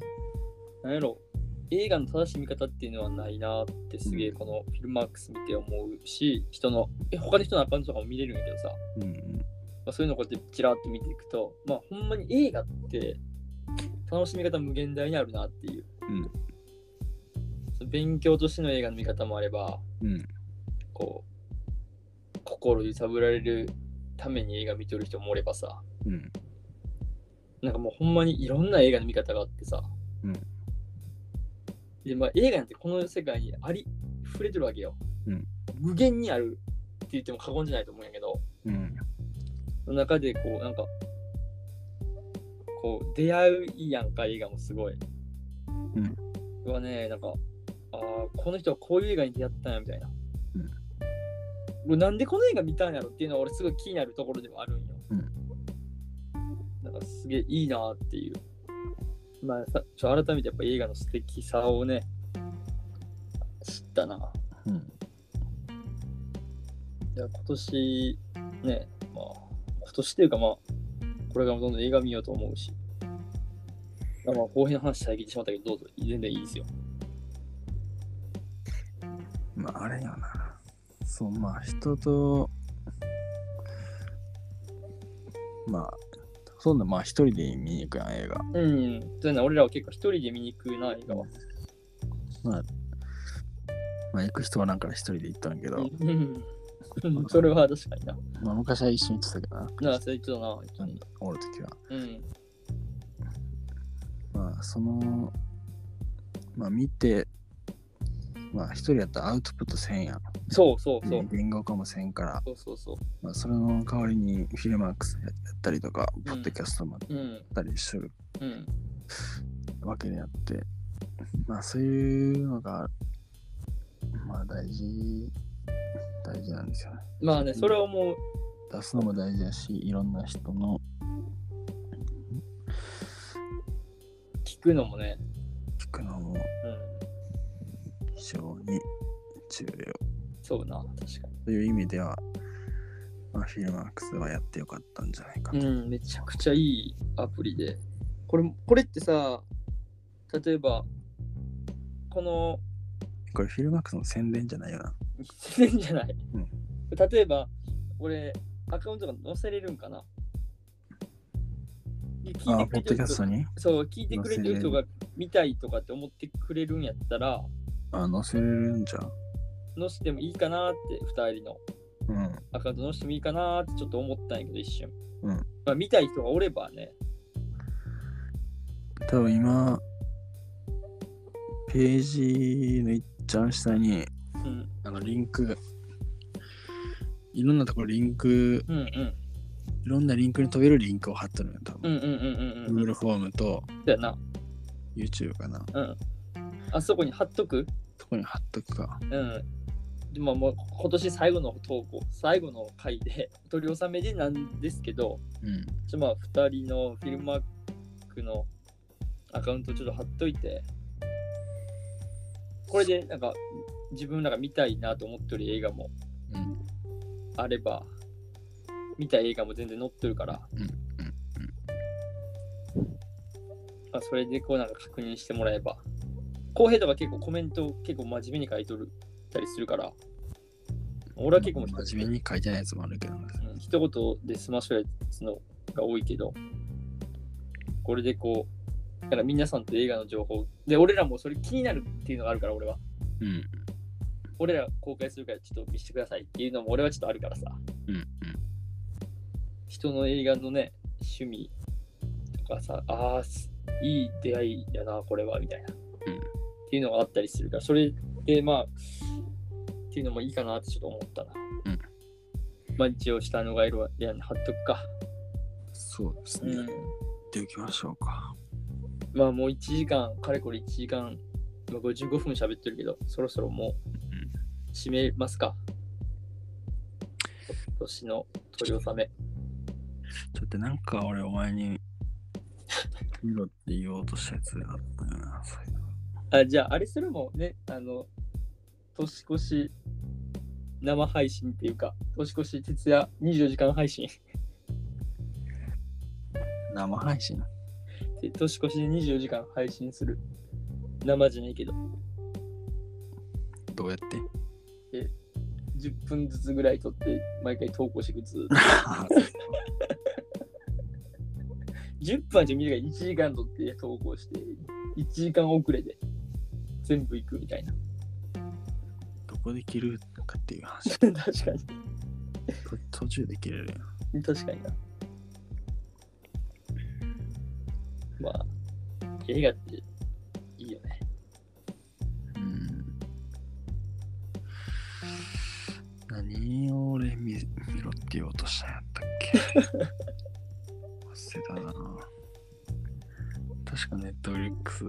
Speaker 2: なんやろ、映画の正しい見方っていうのはないなってすげえこのフィルマークス見て思うし、人の、え他の人のアカウントとかも見れるんやけどさ、
Speaker 1: うんうん
Speaker 2: まあ、そういうのをこうやってちらっと見ていくと、まあほんまに映画って楽しみ方無限大にあるなっていう。
Speaker 1: うん
Speaker 2: その勉強としての映画の見方もあれば、
Speaker 1: うん
Speaker 2: こう、心揺さぶられるために映画見てる人もおればさ、
Speaker 1: うん
Speaker 2: なんかもうほんまにいろんな映画の見方があってさ。
Speaker 1: うん
Speaker 2: で、まあ映画なんてこの世界にあり、触れてるわけよ。
Speaker 1: うん
Speaker 2: 無限にあるって言っても過言じゃないと思うんやけど、
Speaker 1: うん
Speaker 2: その中でこう、なんか、こう、出会ういいやんか、映画もすごい。
Speaker 1: うん。
Speaker 2: はね、なんか、ああ、この人はこういう映画に出会ったんや、みたいな。
Speaker 1: うん
Speaker 2: 俺なんでこの映画見たんやろっていうのは俺すごい気になるところでもあるんよ。
Speaker 1: うん
Speaker 2: なんかすげえいいなっていう。まあ、さちょ改めてやっぱ映画の素敵さをね、知ったな。
Speaker 1: うん
Speaker 2: いや今年ね、まあ、今年というかまあ、これからもどんどん映画見ようと思うし、まあ、まあ後編の話遮ってしまったけど、どうぞ、全然いいですよ。
Speaker 1: まああれよな。そうまあ人とまあそんなまあ一人で見に行くやん映画。
Speaker 2: うん、そうやな、俺らは結構一人で見に行くな、映画は。
Speaker 1: まあ行く人はなんか一人で行ったんやけど、
Speaker 2: うん、うんそれは確かにな。
Speaker 1: まあ昔は一緒に行ってたけどな。
Speaker 2: なあ、それ言ってたな、本当
Speaker 1: うん
Speaker 2: に。
Speaker 1: おるときは。
Speaker 2: うん、
Speaker 1: まあそのまあ見てまあ一人やったらアウトプットせんやん。
Speaker 2: そうそうそう。
Speaker 1: 言語化もせんから、
Speaker 2: そうそうそ
Speaker 1: まあ、それの代わりにフィルマークスやったりとか、
Speaker 2: ん
Speaker 1: ポッドキャストもや
Speaker 2: う。うん、
Speaker 1: ったりする
Speaker 2: うん、
Speaker 1: わけであって、まあそういうのが、まあ大事、大事なんですよね。
Speaker 2: まあね、それはもう、
Speaker 1: 出すのも大事だし、いろんな人の、
Speaker 2: 聞くのもね、
Speaker 1: 聞くのも
Speaker 2: うん、
Speaker 1: 非常に重要
Speaker 2: そうな、確か
Speaker 1: という意味では、まあ、フィルマークスはやってよかったんじゃないかと。
Speaker 2: に。うん、めちゃくちゃいいアプリで。これ、これってさ、例えば、この、
Speaker 1: これフィルマークスの宣伝じゃないよな。
Speaker 2: 全然じゃない。
Speaker 1: うん
Speaker 2: 例えば、俺、アカウントが載せれるんかな
Speaker 1: あ
Speaker 2: で聞いてく
Speaker 1: ポッ
Speaker 2: れて
Speaker 1: ドキ
Speaker 2: る
Speaker 1: ャスト
Speaker 2: 人
Speaker 1: に
Speaker 2: そう、聞いてくれてる人が見たいとかって思ってくれるんやったら、
Speaker 1: あ載せれるんじゃん。
Speaker 2: 載せてもいいかなって、二人の
Speaker 1: うん。
Speaker 2: アカウント載せてもいいかなってちょっと思ったんやけど、一瞬。
Speaker 1: うん
Speaker 2: まあ、見たい人がおればね、
Speaker 1: 多分今、ページのいっちゃん下に、
Speaker 2: うん、
Speaker 1: あの、リンク、いろんなところリンク、
Speaker 2: うん、うん、
Speaker 1: いろんなリンクに飛べるリンクを貼っとるのよ、多
Speaker 2: う
Speaker 1: 分。
Speaker 2: ん、うん、うん、うん、うん、
Speaker 1: Google フォームと
Speaker 2: だよな。
Speaker 1: YouTube かな。
Speaker 2: うん。あそこに貼っとく
Speaker 1: そこに貼っとくか。
Speaker 2: うん。でももう今年最後の投稿、最後の回で、 取り納めでなんですけど、
Speaker 1: うん。
Speaker 2: ちょまあ2人のフィルマークのアカウントちょっと貼っといて、これでなんか自分らが見たいなと思ってる映画も
Speaker 1: うん。
Speaker 2: あれば、見たい映画も全然載ってるから、
Speaker 1: うんうん
Speaker 2: まあ、それでこうなんか確認してもらえば、浩平とか結構コメントを結構真面目に書いとるたりするから、俺は結構もう
Speaker 1: 真面目に書いてないやつもあるけどね。
Speaker 2: うん一言で済ましちゃうやつのが多いけど、これでこう、だから皆さんと映画の情報、で、俺らもそれ気になるっていうのがあるから、俺は。
Speaker 1: うん。
Speaker 2: 俺ら公開するからちょっと見せてくださいっていうのも俺はちょっとあるからさ。
Speaker 1: うんうん
Speaker 2: 人の映画のね、趣味とかさ、ああ、すいい出会いやな、これは、みたいな。
Speaker 1: うん
Speaker 2: っていうのがあったりするから、それでまあ、っていうのもいいかなってちょっと思ったな。
Speaker 1: うん
Speaker 2: まあ一応下のガイドは部屋に貼っとくか。
Speaker 1: そうですね。やっておきましょうか。
Speaker 2: まあもう1時間、かれこれ1時間、まあ、55分喋ってるけど、そろそろも
Speaker 1: うん
Speaker 2: う締めますか。今年の取り納め。
Speaker 1: ちょっとなんか俺お前に見ろって言おうとしたやつがあったよな。そういうの
Speaker 2: あじゃあ、あれするもんね、あの、年越し生配信っていうか、年越し徹夜24時間配信。
Speaker 1: 生配信
Speaker 2: で年越しで24時間配信する。生じゃないけど、
Speaker 1: どうやって
Speaker 2: 10分ずつぐらい撮って、毎回投稿していくずーっと。10分はじゃ短い1時間撮って投稿して1時間遅れで全部行くみたいな
Speaker 1: どこで切るかっていう話。
Speaker 2: 確か
Speaker 1: と途中で切れるやん。
Speaker 2: に確かになまあ映画っていいよね
Speaker 1: うん何を俺見見ろって言おうとしたんやったっけ忘れたな確かネットフリックス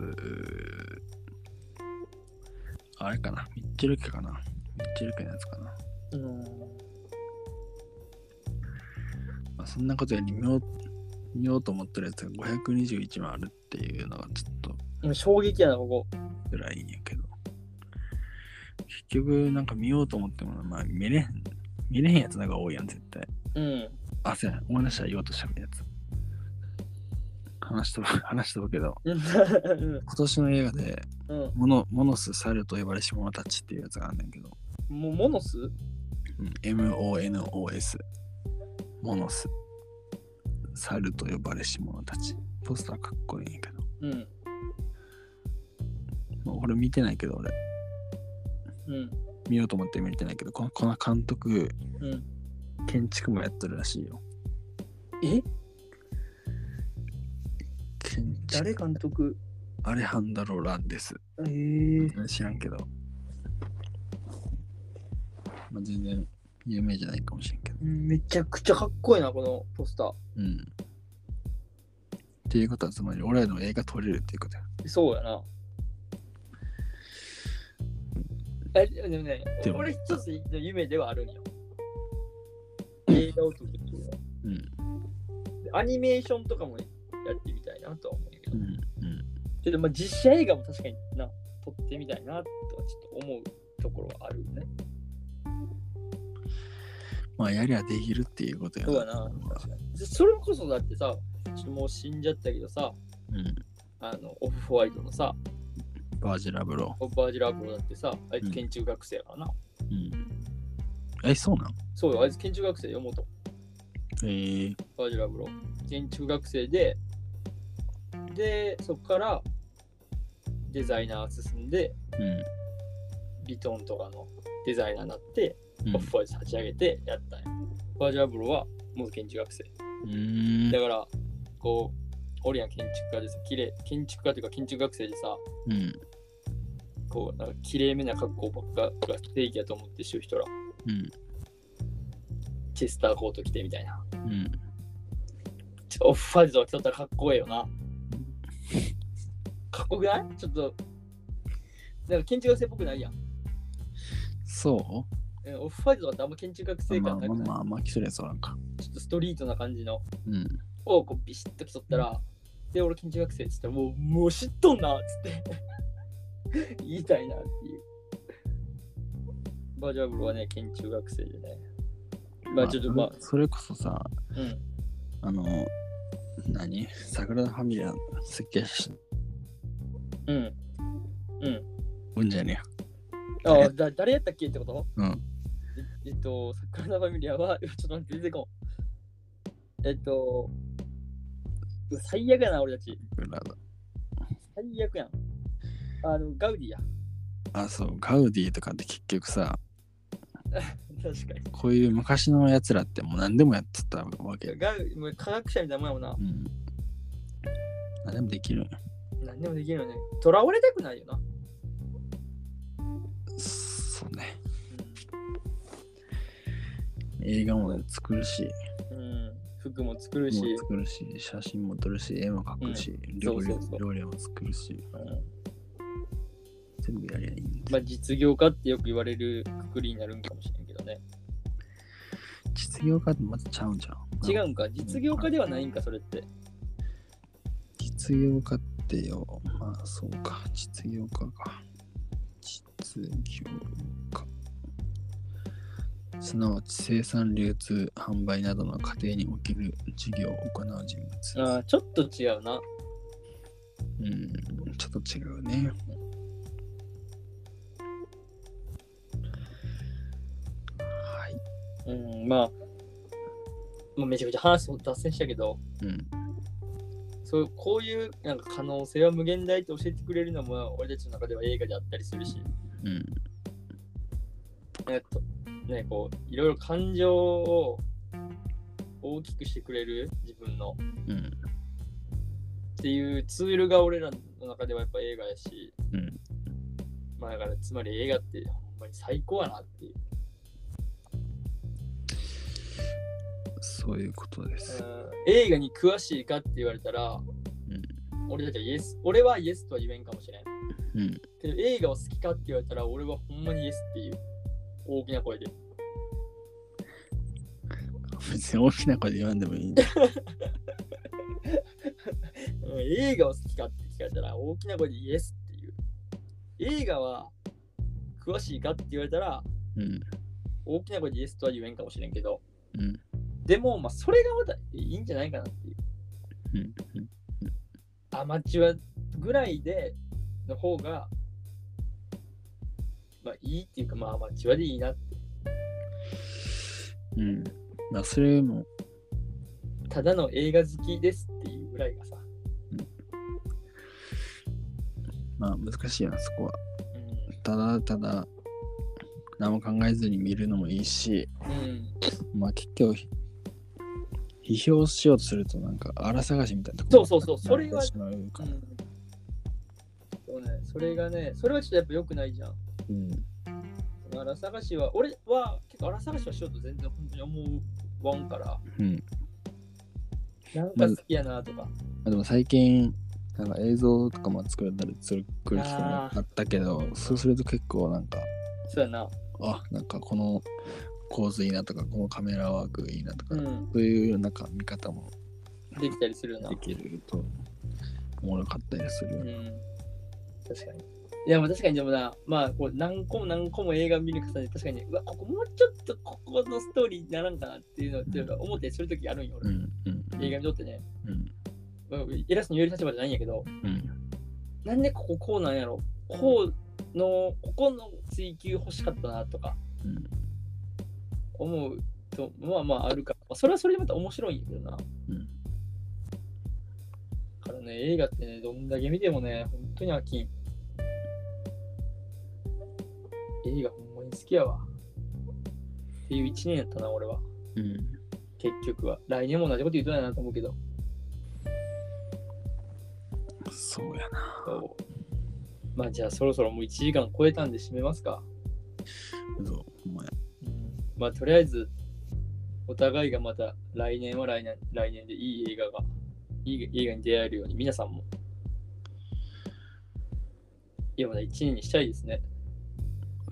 Speaker 1: あれかなミッチェル家かなミッチェル家のやつかな、
Speaker 2: うん
Speaker 1: まあ、そんなことより見よう見ようと思ってるやつが521万あるっていうのがちょっと
Speaker 2: でも衝撃やなここ
Speaker 1: 辛いんやけど結局なんか見ようと思っても、まあ、見れへん見れへんやつなんか多いやん絶対
Speaker 2: うん
Speaker 1: あせや思い出したら言おうとしたやつ話しとる 話しとるけど
Speaker 2: うん
Speaker 1: 今年の映画で
Speaker 2: うん
Speaker 1: モノモノス猿と呼ばれし者たちっていうやつがあんねんけど、
Speaker 2: もうモノス
Speaker 1: うん MONOS モノス猿と呼ばれし者たちポスターかっこいいんやけど
Speaker 2: うん
Speaker 1: もう俺見てないけど俺
Speaker 2: うん
Speaker 1: 見ようと思って見れてないけどこのこの監督
Speaker 2: うん
Speaker 1: 建築もやってるらしいよ
Speaker 2: え
Speaker 1: 建築
Speaker 2: 誰監督
Speaker 1: アレハンダロ・ランです。
Speaker 2: ええ
Speaker 1: 知らんけど。まあ、全然有名じゃないかもしれんけど。
Speaker 2: めちゃくちゃかっこいいなこのポスター
Speaker 1: うん。っていうことは、つまり俺らの映画撮れるっていうことや。
Speaker 2: そうやな。え、でもね、
Speaker 1: でも
Speaker 2: 俺一つの夢ではあるん よ。映画を撮るっていうのは
Speaker 1: うん。
Speaker 2: でアニメーションとかもやってみたいなとは思うけど。
Speaker 1: うん。うん。
Speaker 2: けど、まあ、実写映画も確かにな、撮ってみたいなとはちょっと思うところはあるね。
Speaker 1: まあ、やりゃできるっていうことや。
Speaker 2: そうやな。確かにでそれこそだってさ、ちょっともう死んじゃったけどさ、
Speaker 1: うん。
Speaker 2: あのオフホワイトのさ、
Speaker 1: バージラブロ
Speaker 2: オバージラブロだってさ、あいうつ
Speaker 1: ん
Speaker 2: 建築学生やからな。
Speaker 1: ー。うん。え、そうなん
Speaker 2: そうよ、あいつ建築学生よ、元。
Speaker 1: えー、
Speaker 2: バージラブロ建築学生ででそこからデザイナー進んで
Speaker 1: うん。
Speaker 2: ビトンとかのデザイナーになって、
Speaker 1: うん
Speaker 2: オフホワイト立ち上げてやったんやバージラブロは元建築学生
Speaker 1: うーん
Speaker 2: だ。からこうオリアン建築家でさ綺麗建築家というか建築学生でさ
Speaker 1: うん。
Speaker 2: こうなんか綺麗めな格好ばっかが正義やと思ってしゅう人ら
Speaker 1: うん。
Speaker 2: チェスターコート着てみたいな
Speaker 1: うん。
Speaker 2: ちょオフホワイトは着とったらかっこええよなかっこよくないちょっとなんか建築学生っぽくないやん
Speaker 1: そ
Speaker 2: うんオフホワイトとかってあんま建築学
Speaker 1: う
Speaker 2: 生
Speaker 1: まあま
Speaker 2: 感な
Speaker 1: あ
Speaker 2: くない、
Speaker 1: まあ、まあ、来てるやつおらんか。
Speaker 2: ちょっとストリートな感じの
Speaker 1: うん。
Speaker 2: をこうビシッと着とったら、で、俺建築学生っつったら、もう、もう知っとんなっつって 言いたいなっていう。バージャブルはね、建築学生でね。まあちょっとまあ、
Speaker 1: それこそさ、
Speaker 2: うん。
Speaker 1: あの、何桜田ファミリアの設計し
Speaker 2: うん。
Speaker 1: うんじゃね
Speaker 2: ああ、だ誰やったっけってこと
Speaker 1: うん。
Speaker 2: ええっと、サッカーのファミリアは、 ちょっと待って、出てこん。えっと、うわ最悪やな、俺たち。
Speaker 1: えよ。桜田
Speaker 2: 最悪やん。あの、ガウディや。
Speaker 1: あ、そう、ガウディとかって結局さ、
Speaker 2: 確かに。
Speaker 1: こういう昔のやつらってもう何でもやってたわけ。
Speaker 2: ガウもう科学者みたいなもんやもんな
Speaker 1: う。ん。何でもできるんよ
Speaker 2: 何でもできるよね。とらわれたくないよな。
Speaker 1: そうね。映画も作るし、
Speaker 2: うん。うん服も作るし
Speaker 1: も、う作るし、写真も撮るし、絵も描くし、
Speaker 2: そ
Speaker 1: 料
Speaker 2: う
Speaker 1: 理
Speaker 2: そうそう
Speaker 1: 料理も作るし、
Speaker 2: うん
Speaker 1: 全部やりゃいいんで。
Speaker 2: まあ、実業家ってよく言われるくくりになるんかもしれんけどね。
Speaker 1: 実業家ってまたちゃうんじゃん。
Speaker 2: 違うんか、実業家ではないんか、それって。
Speaker 1: 実業家ってよ、まあそうか、実業家か。実業家。すなわち生産、流通、販売などの過程における事業を行う人物。
Speaker 2: ああ、ちょっと違うな。
Speaker 1: うん、ちょっと違うね。はい。
Speaker 2: うん、まあ、まあ、めちゃくちゃ話も脱線したけど、
Speaker 1: うん、
Speaker 2: そうこういうなんか可能性は無限大って教えてくれるのも俺たちの中では映画であったりするし、
Speaker 1: うん、
Speaker 2: えっと、ね、こう、いろいろ感情を大きくしてくれる自分の
Speaker 1: うん、
Speaker 2: っていうツールが俺らの中ではやっぱ映画やし、
Speaker 1: うん
Speaker 2: まあだからつまり映画ってほんまに最高やなっていう。
Speaker 1: そういうことです。
Speaker 2: 映画に詳しいかって言われたら、俺たちはイエス、俺はイエスとは言えんかもしれん。
Speaker 1: うん、
Speaker 2: けど映画を好きかって言われたら俺はほんまにイエスっていう大きな声で。
Speaker 1: 別に大きな声で言わんでもいいんだ。
Speaker 2: うん映画を好きかって聞かれたら大きな声でイエスっていう。映画は詳しいかって言われたら
Speaker 1: うん、
Speaker 2: 大きな声でイエスとは言えんかもしれんけど、
Speaker 1: うん、
Speaker 2: でもまあそれがまたいいんじゃないかなっていう。
Speaker 1: うん、
Speaker 2: アマチュアぐらいでの方がまあいいっていうかまあアマチュアでいいなって。
Speaker 1: うん。まあ、それも
Speaker 2: ただの映画好きですっていうぐらいがさ。
Speaker 1: まあ難しいな、そこは。
Speaker 2: う
Speaker 1: ただただ何も考えずに見るのもいいし、
Speaker 2: ん。うん、
Speaker 1: まあ結局、批評しようとするとなんか荒探しみたいなとこ
Speaker 2: そうそうそうそ
Speaker 1: に
Speaker 2: れは
Speaker 1: なってしまうか
Speaker 2: う
Speaker 1: ら
Speaker 2: んそうね、それがね、それはちょっとやっぱ良くないじゃん。
Speaker 1: うん。
Speaker 2: 荒探しは、俺は結構荒探しはしようと全然本当に思うわんから、
Speaker 1: うん。
Speaker 2: なんか好きやなとか。
Speaker 1: まあ、でも最近、なんか映像とかも作れたりする来る機会があったけど、そうすると結構なんか、
Speaker 2: そうやな。
Speaker 1: あ、なんかこの構図いいなとか、このカメラワークいいなとか、
Speaker 2: うん。
Speaker 1: そういうなんか見方も
Speaker 2: できたりするよな
Speaker 1: で。きると、おもろかったりする。
Speaker 2: うん。確かに。いや、まあ確かにでもな、まあこう何個も何個も映画見る方で確かに、うわ、ここもうちょっとここのストーリーにならんかなっていうのっていうか思ってするときあるんよ、
Speaker 1: う
Speaker 2: 俺。
Speaker 1: ん。うん。
Speaker 2: 映画見とってね。
Speaker 1: うん。
Speaker 2: まあ偉そうに言える立場じゃないんやけど、
Speaker 1: うん。
Speaker 2: なんでこここうなんやろこうのここの追求欲しかったなとか
Speaker 1: うん
Speaker 2: 思うとまあまああるから、まあそれはそれでまた面白いんやけどなだ
Speaker 1: うん
Speaker 2: からね映画ってねどんだけ見てもね本当に飽きん映画ほんまに好きやわっていう一年やったな俺は
Speaker 1: うん
Speaker 2: 結局は来年も同じこと言うとないなと思うけど
Speaker 1: そうやな。
Speaker 2: そうまあじゃあそろそろもう1時間超えたんで締めますか
Speaker 1: そう、ほんまや。
Speaker 2: まあとりあえずお互いがまた来年は来年来年でいい映画がいい映画に出会えるように皆さんもいやまだ1年にしたいですね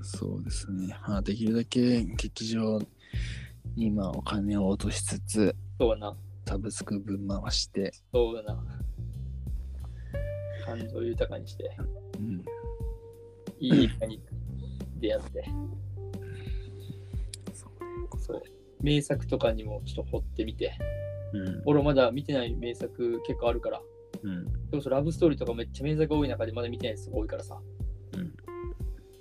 Speaker 1: そうですね。まあ、できるだけ劇場にまあお金を落としつつ、
Speaker 2: そうだな
Speaker 1: サブスク分回して、
Speaker 2: そうだな感情豊かにして
Speaker 1: うん、
Speaker 2: いい映画に出会ってそう名作とかにもちょっと掘ってみて
Speaker 1: うん、
Speaker 2: 俺まだ見てない名作結構あるから
Speaker 1: うん、
Speaker 2: でもそれラブストーリーとかめっちゃ名作多い中でまだ見てないやつが多いからさ、
Speaker 1: うん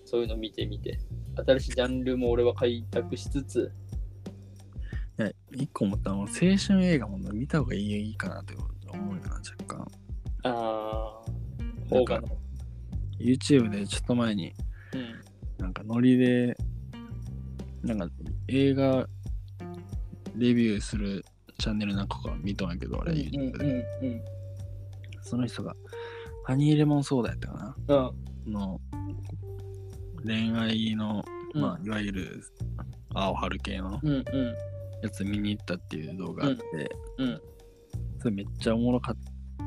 Speaker 2: そういうの見てみて新しいジャンルも俺は開拓しつつ
Speaker 1: いや、一個思ったのは、青春映画も見た方がいいかなって思うよな、若干。
Speaker 2: あー
Speaker 1: なん
Speaker 2: 邦
Speaker 1: か
Speaker 2: 画の
Speaker 1: YouTube でちょっと前に、
Speaker 2: うん。
Speaker 1: なんかノリで、なんか映画レビューするチャンネルなんかが見たんやけど、あれ、YouTube で
Speaker 2: うんうん
Speaker 1: その人が、ハニーレモンソーダやったかな
Speaker 2: うん。
Speaker 1: の恋愛の、
Speaker 2: うん。
Speaker 1: まあ、いわゆる青春系の
Speaker 2: うんうん
Speaker 1: やつ見に行ったっていう動画あって、
Speaker 2: うんうん
Speaker 1: それめっちゃおもろかっ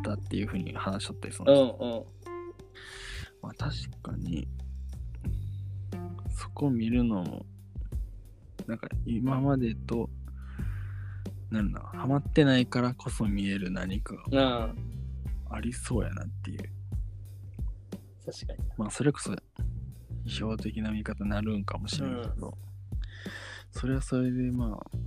Speaker 1: たっていうふうに話しとったりその
Speaker 2: う
Speaker 1: 人、
Speaker 2: んうん
Speaker 1: まあ、確かにそこ見るのもなんか今までとなんだろうハマってないからこそ見える何かが
Speaker 2: なあ
Speaker 1: ありそうやなっていう
Speaker 2: 確かに
Speaker 1: まあそれこそ批評的な見方になるんかもしれないけど、それはそれでまあ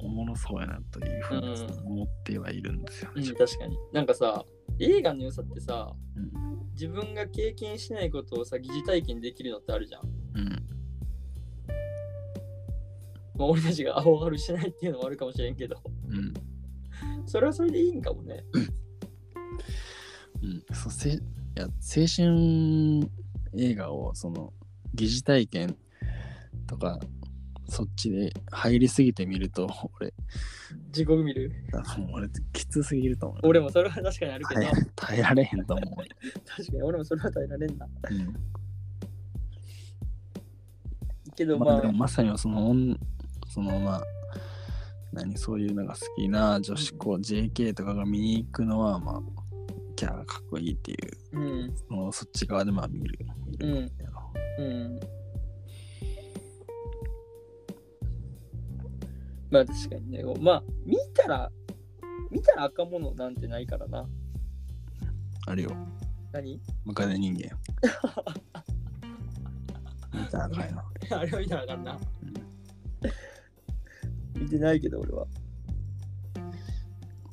Speaker 1: おもろそうやなというふうに
Speaker 2: うん
Speaker 1: 思ってはいるんですよ
Speaker 2: う
Speaker 1: ね。
Speaker 2: ん確かになんかさ映画の良さってさ
Speaker 1: うん
Speaker 2: 自分が経験しないことをさ疑似体験できるのってあるじゃん、
Speaker 1: うん
Speaker 2: まあ、俺たちが青春しないっていうのもあるかもしれんけど
Speaker 1: うん
Speaker 2: それはそれでいいんかもね
Speaker 1: うん、そうせいや青春映画をその疑似体験とかそっちで入りすぎてみると俺
Speaker 2: 地獄見る
Speaker 1: 多分俺きつすぎると思う。
Speaker 2: 俺もそれは確かにあるけど
Speaker 1: 耐え耐えられへんと思う。
Speaker 2: 確かに俺もそれは耐えられんな
Speaker 1: うん
Speaker 2: けど
Speaker 1: ま
Speaker 2: ま
Speaker 1: あ、
Speaker 2: あ
Speaker 1: でもまさにその女そのまあ何そういうのが好きな女子校 JK とかが見に行くのはまあキャーかっこいいっていう
Speaker 2: うん
Speaker 1: そのそっち側でまあ見る見
Speaker 2: う
Speaker 1: る
Speaker 2: ん
Speaker 1: やろ
Speaker 2: うんまあ確かにねまあ見たら見たら赤物なんてないからな
Speaker 1: あれよ
Speaker 2: 何
Speaker 1: ムカデ人間見たらあかんよ
Speaker 2: あれは見たらあかんな見てないけど俺は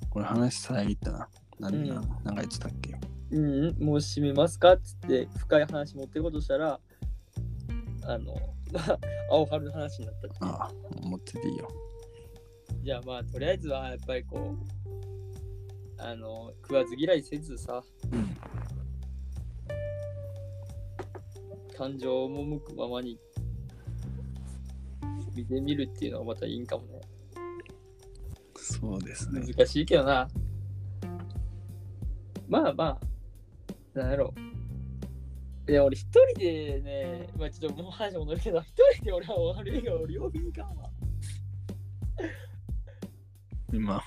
Speaker 1: これ話遮ったな何だ、
Speaker 2: うん
Speaker 1: なんか言ってたっけ
Speaker 2: うん、もう閉めますかっつって深い話持ってこうとしたら、あの、 まあ、青春の話になったっていう
Speaker 1: ああ思ってていいよ
Speaker 2: じゃあまあ、とりあえずはやっぱりこう、あの、食わず嫌いせずさ、
Speaker 1: うん
Speaker 2: 感情を赴くままに見てみるっていうのがまたいいんかもね。
Speaker 1: そうですね
Speaker 2: 難しいけどな。まあまあ、なんやろう。いや、俺一人でね、まあちょっともう話戻るけど、一人で俺は終わる映画を両日にかんわ。
Speaker 1: 今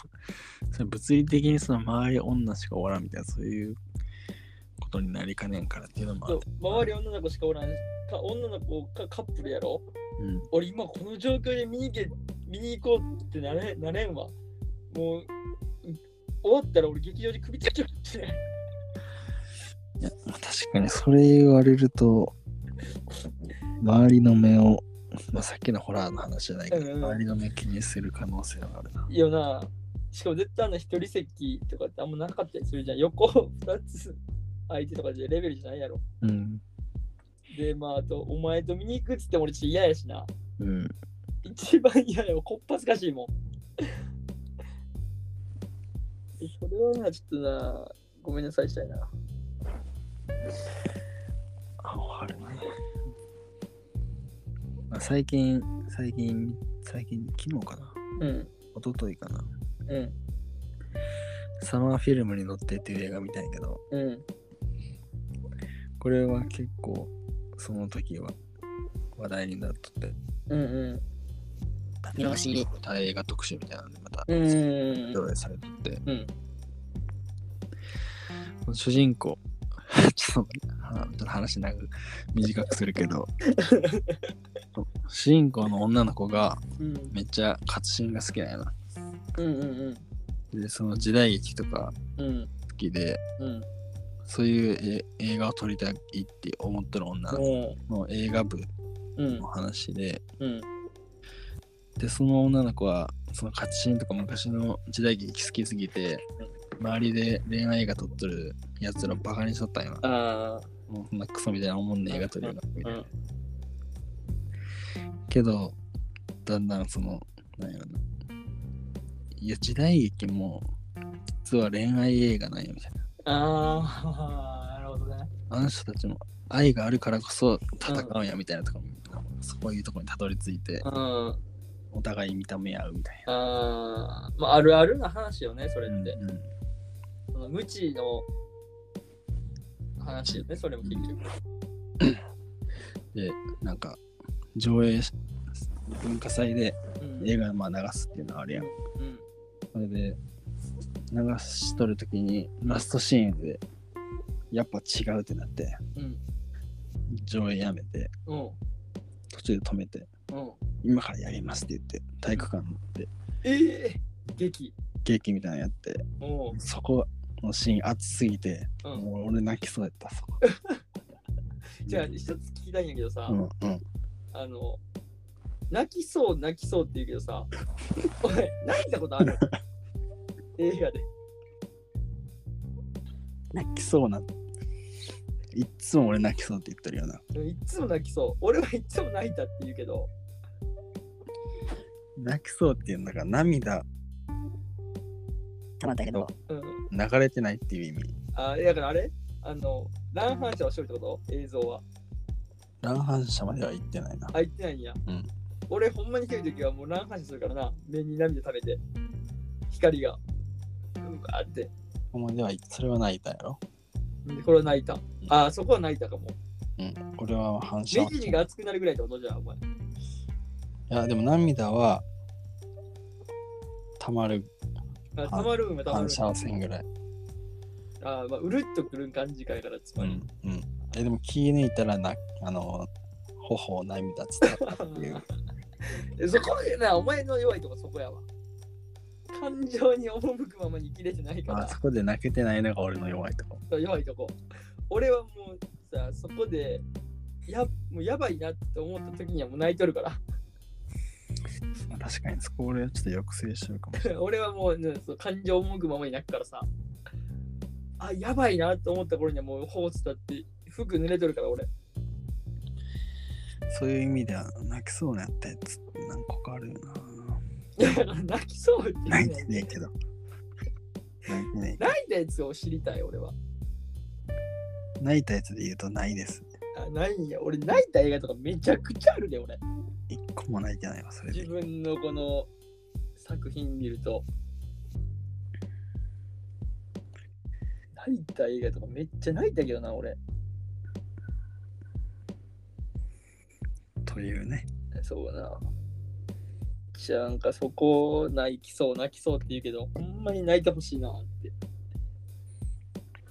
Speaker 1: それ物理的にその周り女しかおらんみたいなそういうことになりかねんからっていうのもあ
Speaker 2: そ
Speaker 1: っ
Speaker 2: う
Speaker 1: て
Speaker 2: 周り女の子しかおらんか、女の子かカップルやろ。
Speaker 1: うん
Speaker 2: 俺今この状況で見に行け見に行こうってなれなれんわ。もう、終わったら俺劇場で首つきゃってない。
Speaker 1: いや確かにそれ言われると周りの目を、まあ、さっきのホラーの話じゃないけど、
Speaker 2: うんうん
Speaker 1: 周りの目気にする可能性はあるない
Speaker 2: いよな。しかも絶対あの一人席とかってあんまなかったりするじゃん。横2つ相手とかじゃレベルじゃないやろ。
Speaker 1: うん
Speaker 2: で、まああと、お前と見に行くっつっても俺ちょっと嫌やしな。
Speaker 1: うん
Speaker 2: 一番嫌やわ。こっぱずかしいもん。 それはな、ちょっとな、ごめんなさいしたいな。
Speaker 1: あわかるね、まあ、最近最近最近昨日かな
Speaker 2: うん、
Speaker 1: 一昨日かな
Speaker 2: うん、
Speaker 1: サマーフィルムに乗ってっていう映画見たんやけど
Speaker 2: うん。
Speaker 1: これは結構その時は話題になっとって
Speaker 2: うんうんよろしい
Speaker 1: 大映画特集みたいなのでまた
Speaker 2: うんうん
Speaker 1: 上映されとって、
Speaker 2: うん
Speaker 1: 主人公 ちょっとはちょっと話長く短くするけ ど主人公の女の子が
Speaker 2: うん
Speaker 1: めっちゃ活心が好きなんやな
Speaker 2: うんうん
Speaker 1: でその時代劇とか
Speaker 2: うん
Speaker 1: 好きで
Speaker 2: うん
Speaker 1: そういうえ映画を撮りたいって思ってる女の映画部
Speaker 2: うん
Speaker 1: の話で、
Speaker 2: うん
Speaker 1: でその女の子はそのカチンとか昔の時代劇好きすぎて周りで恋愛映画撮っとるやつらをバカにしとったんやな
Speaker 2: ああ
Speaker 1: もうそんなクソみたいな思んねえ映画撮るようなみたいな
Speaker 2: うん
Speaker 1: けどだんだんそのなんやろないや時代劇も実は恋愛映画なんやみたいな
Speaker 2: ああなるほどね
Speaker 1: あの人たちの愛があるからこそ戦うんやみたいなところ、そういうところにたどり着いて、
Speaker 2: うん。
Speaker 1: お互い認め合うみたい
Speaker 2: あーまあ、あるあるな話よね、それ
Speaker 1: な。
Speaker 2: って。
Speaker 1: うん
Speaker 2: その無知の話よね、それも結局。
Speaker 1: なんか、上映し文化祭で
Speaker 2: うん。
Speaker 1: 映画まあ流すっていうのはあるやん。
Speaker 2: うん、
Speaker 1: それで、流しとるときにラストシーンで、やっぱ違うってなって、
Speaker 2: うん。
Speaker 1: 上映やめて、
Speaker 2: うん。
Speaker 1: 途中で止めて、
Speaker 2: うん。
Speaker 1: 今からやりますって言って、体育館で
Speaker 2: ええ激。
Speaker 1: 劇みたいなのやって、
Speaker 2: おう。
Speaker 1: そこのシーン熱すぎて、
Speaker 2: うん。
Speaker 1: もう俺泣きそうやった、そこ。
Speaker 2: じゃあ、一つ聞きたいんやけどさ、
Speaker 1: うんうん。
Speaker 2: あの、泣きそう、泣きそうって言うけ どさ、おい、泣いたことある映画で。
Speaker 1: 泣きそうな。いっつも俺泣きそうって言ってるよな。
Speaker 2: いっつも泣きそう。俺はいっつも泣いたって言うけど、
Speaker 1: 泣きそうっていうのが涙
Speaker 3: たまったけど、
Speaker 2: うん。
Speaker 1: 流れてないっていう意味。
Speaker 2: あ、だからあれあの、乱反射をしとるってこと映像は。
Speaker 1: 乱反射までは行ってないな。
Speaker 2: あ、言ってないんや。
Speaker 1: うん
Speaker 2: 俺、ほんまに来るときはもう乱反射するからな。目に涙垂れて。光が。うわーって。
Speaker 1: ここまではそれは泣いたやろ。
Speaker 2: でこれは泣いた。あ、そこは泣いたかも。
Speaker 1: うん。これは反射。
Speaker 2: 目
Speaker 1: い
Speaker 2: 尻が熱くなるぐらいってことじゃん、お前。
Speaker 1: や、でも涙は溜まる
Speaker 2: あたまるんはたま
Speaker 1: 反
Speaker 2: るん。
Speaker 1: 射線ぐらい。
Speaker 2: あー、まあ、うるっとくるん感じかやから、つ
Speaker 1: う
Speaker 2: まり。
Speaker 1: ん。うん。え、でも気抜いたらな、あの、頬を涙つったっていう。
Speaker 2: えそこでな、お前の弱いとこそこやわ。感情に赴くままに生きれてないか
Speaker 1: あ
Speaker 2: ら
Speaker 1: そこで泣けてないのが俺の弱いとこ。、
Speaker 2: そう弱いとこ。俺はもうさ、そこで、やもうやばいなって思った時にはもう泣いとるから。
Speaker 1: 確かにそこ俺はちょっと抑制してるかもしれない。
Speaker 2: 俺はもう、ね、そう感情を赴くままに泣くからさ。あ、やばいなと思った頃にはもう放置だって、服濡れとるから俺。
Speaker 1: そういう意味では泣きそうなやったやつ何個かあるよな。
Speaker 2: いやだから泣きそうって言うね
Speaker 1: 泣
Speaker 2: ん
Speaker 1: いてねえけど。泣いてねえ
Speaker 2: 泣いたやつを知りたい俺は。
Speaker 1: 泣いたやつで言うとないです。
Speaker 2: あ、ないんや。俺泣いた映画とかめちゃくちゃあるで俺。
Speaker 1: 一個も泣いてないわ、それ
Speaker 2: 自
Speaker 1: で。
Speaker 2: 分のこの作品見ると泣いた映画とかめっちゃ泣いたけどな俺
Speaker 1: というね。
Speaker 2: そうだなじゃあなんかそこ泣きそう泣きそうって言うけどほんまに泣いてほしいなって、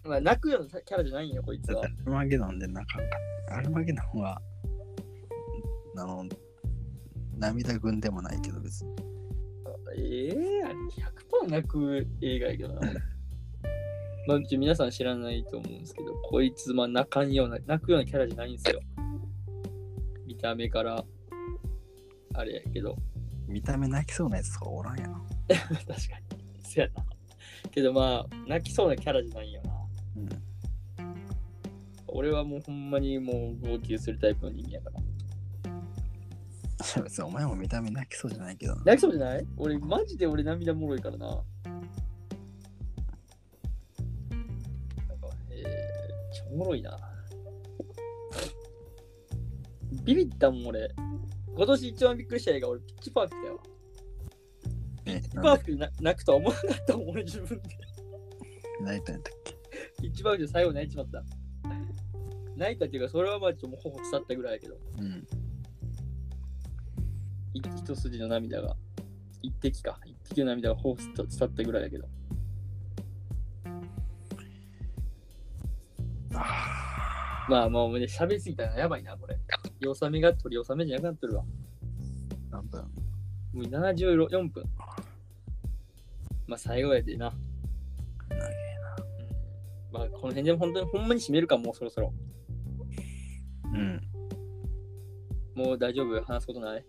Speaker 2: まあ、泣くようなキャラじゃないんよこいつ
Speaker 1: だっ
Speaker 2: は
Speaker 1: てアルマゲドンで泣かんかった。アルマゲドンは、あの、涙ぐんでもないけど別に。
Speaker 2: ええあれ100%泣く映画やけどな。まあ、うち皆さん知らないと思うんですけど、こいつ、まあ、泣かんような、泣くようなキャラじゃないんですよ。見た目から、あれやけど、
Speaker 1: 見た目泣きそうなやつとかおらんやろ。
Speaker 2: 確かに。そやな。けど、まあ、泣きそうなキャラじゃないよな。
Speaker 1: うん。
Speaker 2: 俺はもうほんまにもう号泣するタイプの人間やから。
Speaker 1: いや別にお前も見た目泣きそうじゃないけどな。
Speaker 2: 泣きそうじゃない俺、マジで俺涙もろいからな。なんかえー、ちょおもろいな。ビビったもん、俺。今年一番びっくりした映画、俺、ピッチパーフェクトやわ。
Speaker 1: ね、
Speaker 2: ピッチパ
Speaker 1: な
Speaker 2: ー
Speaker 1: ん
Speaker 2: フ
Speaker 1: で
Speaker 2: ェクトな泣くとは思わなかったもん、俺自分で。
Speaker 1: 泣いたんやったっけ
Speaker 2: ピッチパーフェクト最後泣いちまった。泣いたっていうか、それはまあちょっともう頬伝ったぐらいやけど、
Speaker 1: うん。
Speaker 2: 一一筋の涙が、一滴か、一滴の涙が頬伝ったぐらいやけど。
Speaker 1: あ
Speaker 2: まあもうね、喋りすぎたらやばいな、これ。よさめが取り納めじゃなくなってるわ。
Speaker 1: ー何分
Speaker 2: もう74分。まあ最後やでな。
Speaker 1: 長い
Speaker 2: うんまあこの辺で本当にほんまに締めるか、もうそろそろ。
Speaker 1: うん。
Speaker 2: もう大丈夫話すことない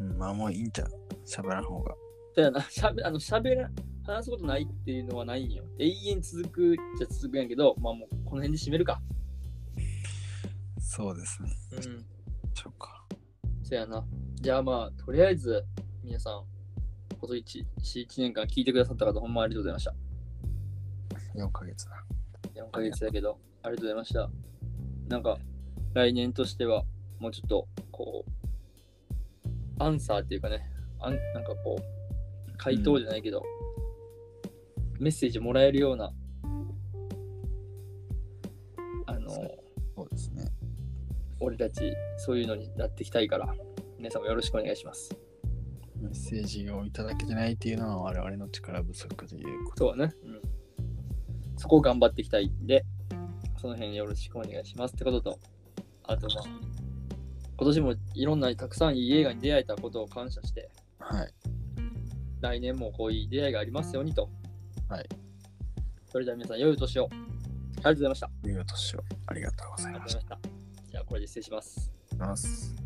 Speaker 1: うんまあもういいんちゃう。喋らん方が。
Speaker 2: そうやな、しゃべあのしゃべら話すことないっていうのはないんよ。永遠続くじゃ続くんやけど、まあもうこの辺で締めるか。
Speaker 1: そうですね。
Speaker 2: うん。
Speaker 1: ちょっか。
Speaker 2: そうやな。じゃあまあ、とりあえず、皆さん、今年 1, 1年間聞いてくださった方、ほんまありがとうございました。
Speaker 1: 4ヶ月だ。
Speaker 2: い4ヶ月だけど、ありがとうございました。なんか、来年としては、もうちょっと、こう、アンサーっていうかね、あんなんかこう、回答じゃないけど、メッセージもらえるような、あの、
Speaker 1: そうですね。
Speaker 2: 俺たち、そういうのになっていきたいから、皆さんもよろしくお願いします。
Speaker 1: メッセージをいただけてないっていうのは我々の力不足ということ。
Speaker 2: そうだね。うん。そこを頑張っていきたいんで、その辺よろしくお願いしますってことと、あとまあ、今年もいろんなたくさんいい映画に出会えたことを感謝して、
Speaker 1: はい。
Speaker 2: 来年もこういう出会いがありますようにと。
Speaker 1: はい。
Speaker 2: それでは皆さん、良いお年を。ありがとうございました。
Speaker 1: 見事しをありがとうござい
Speaker 2: ありが
Speaker 1: ま
Speaker 2: とうご
Speaker 1: し
Speaker 2: ざいました。じゃあ、これで失礼します。
Speaker 1: た。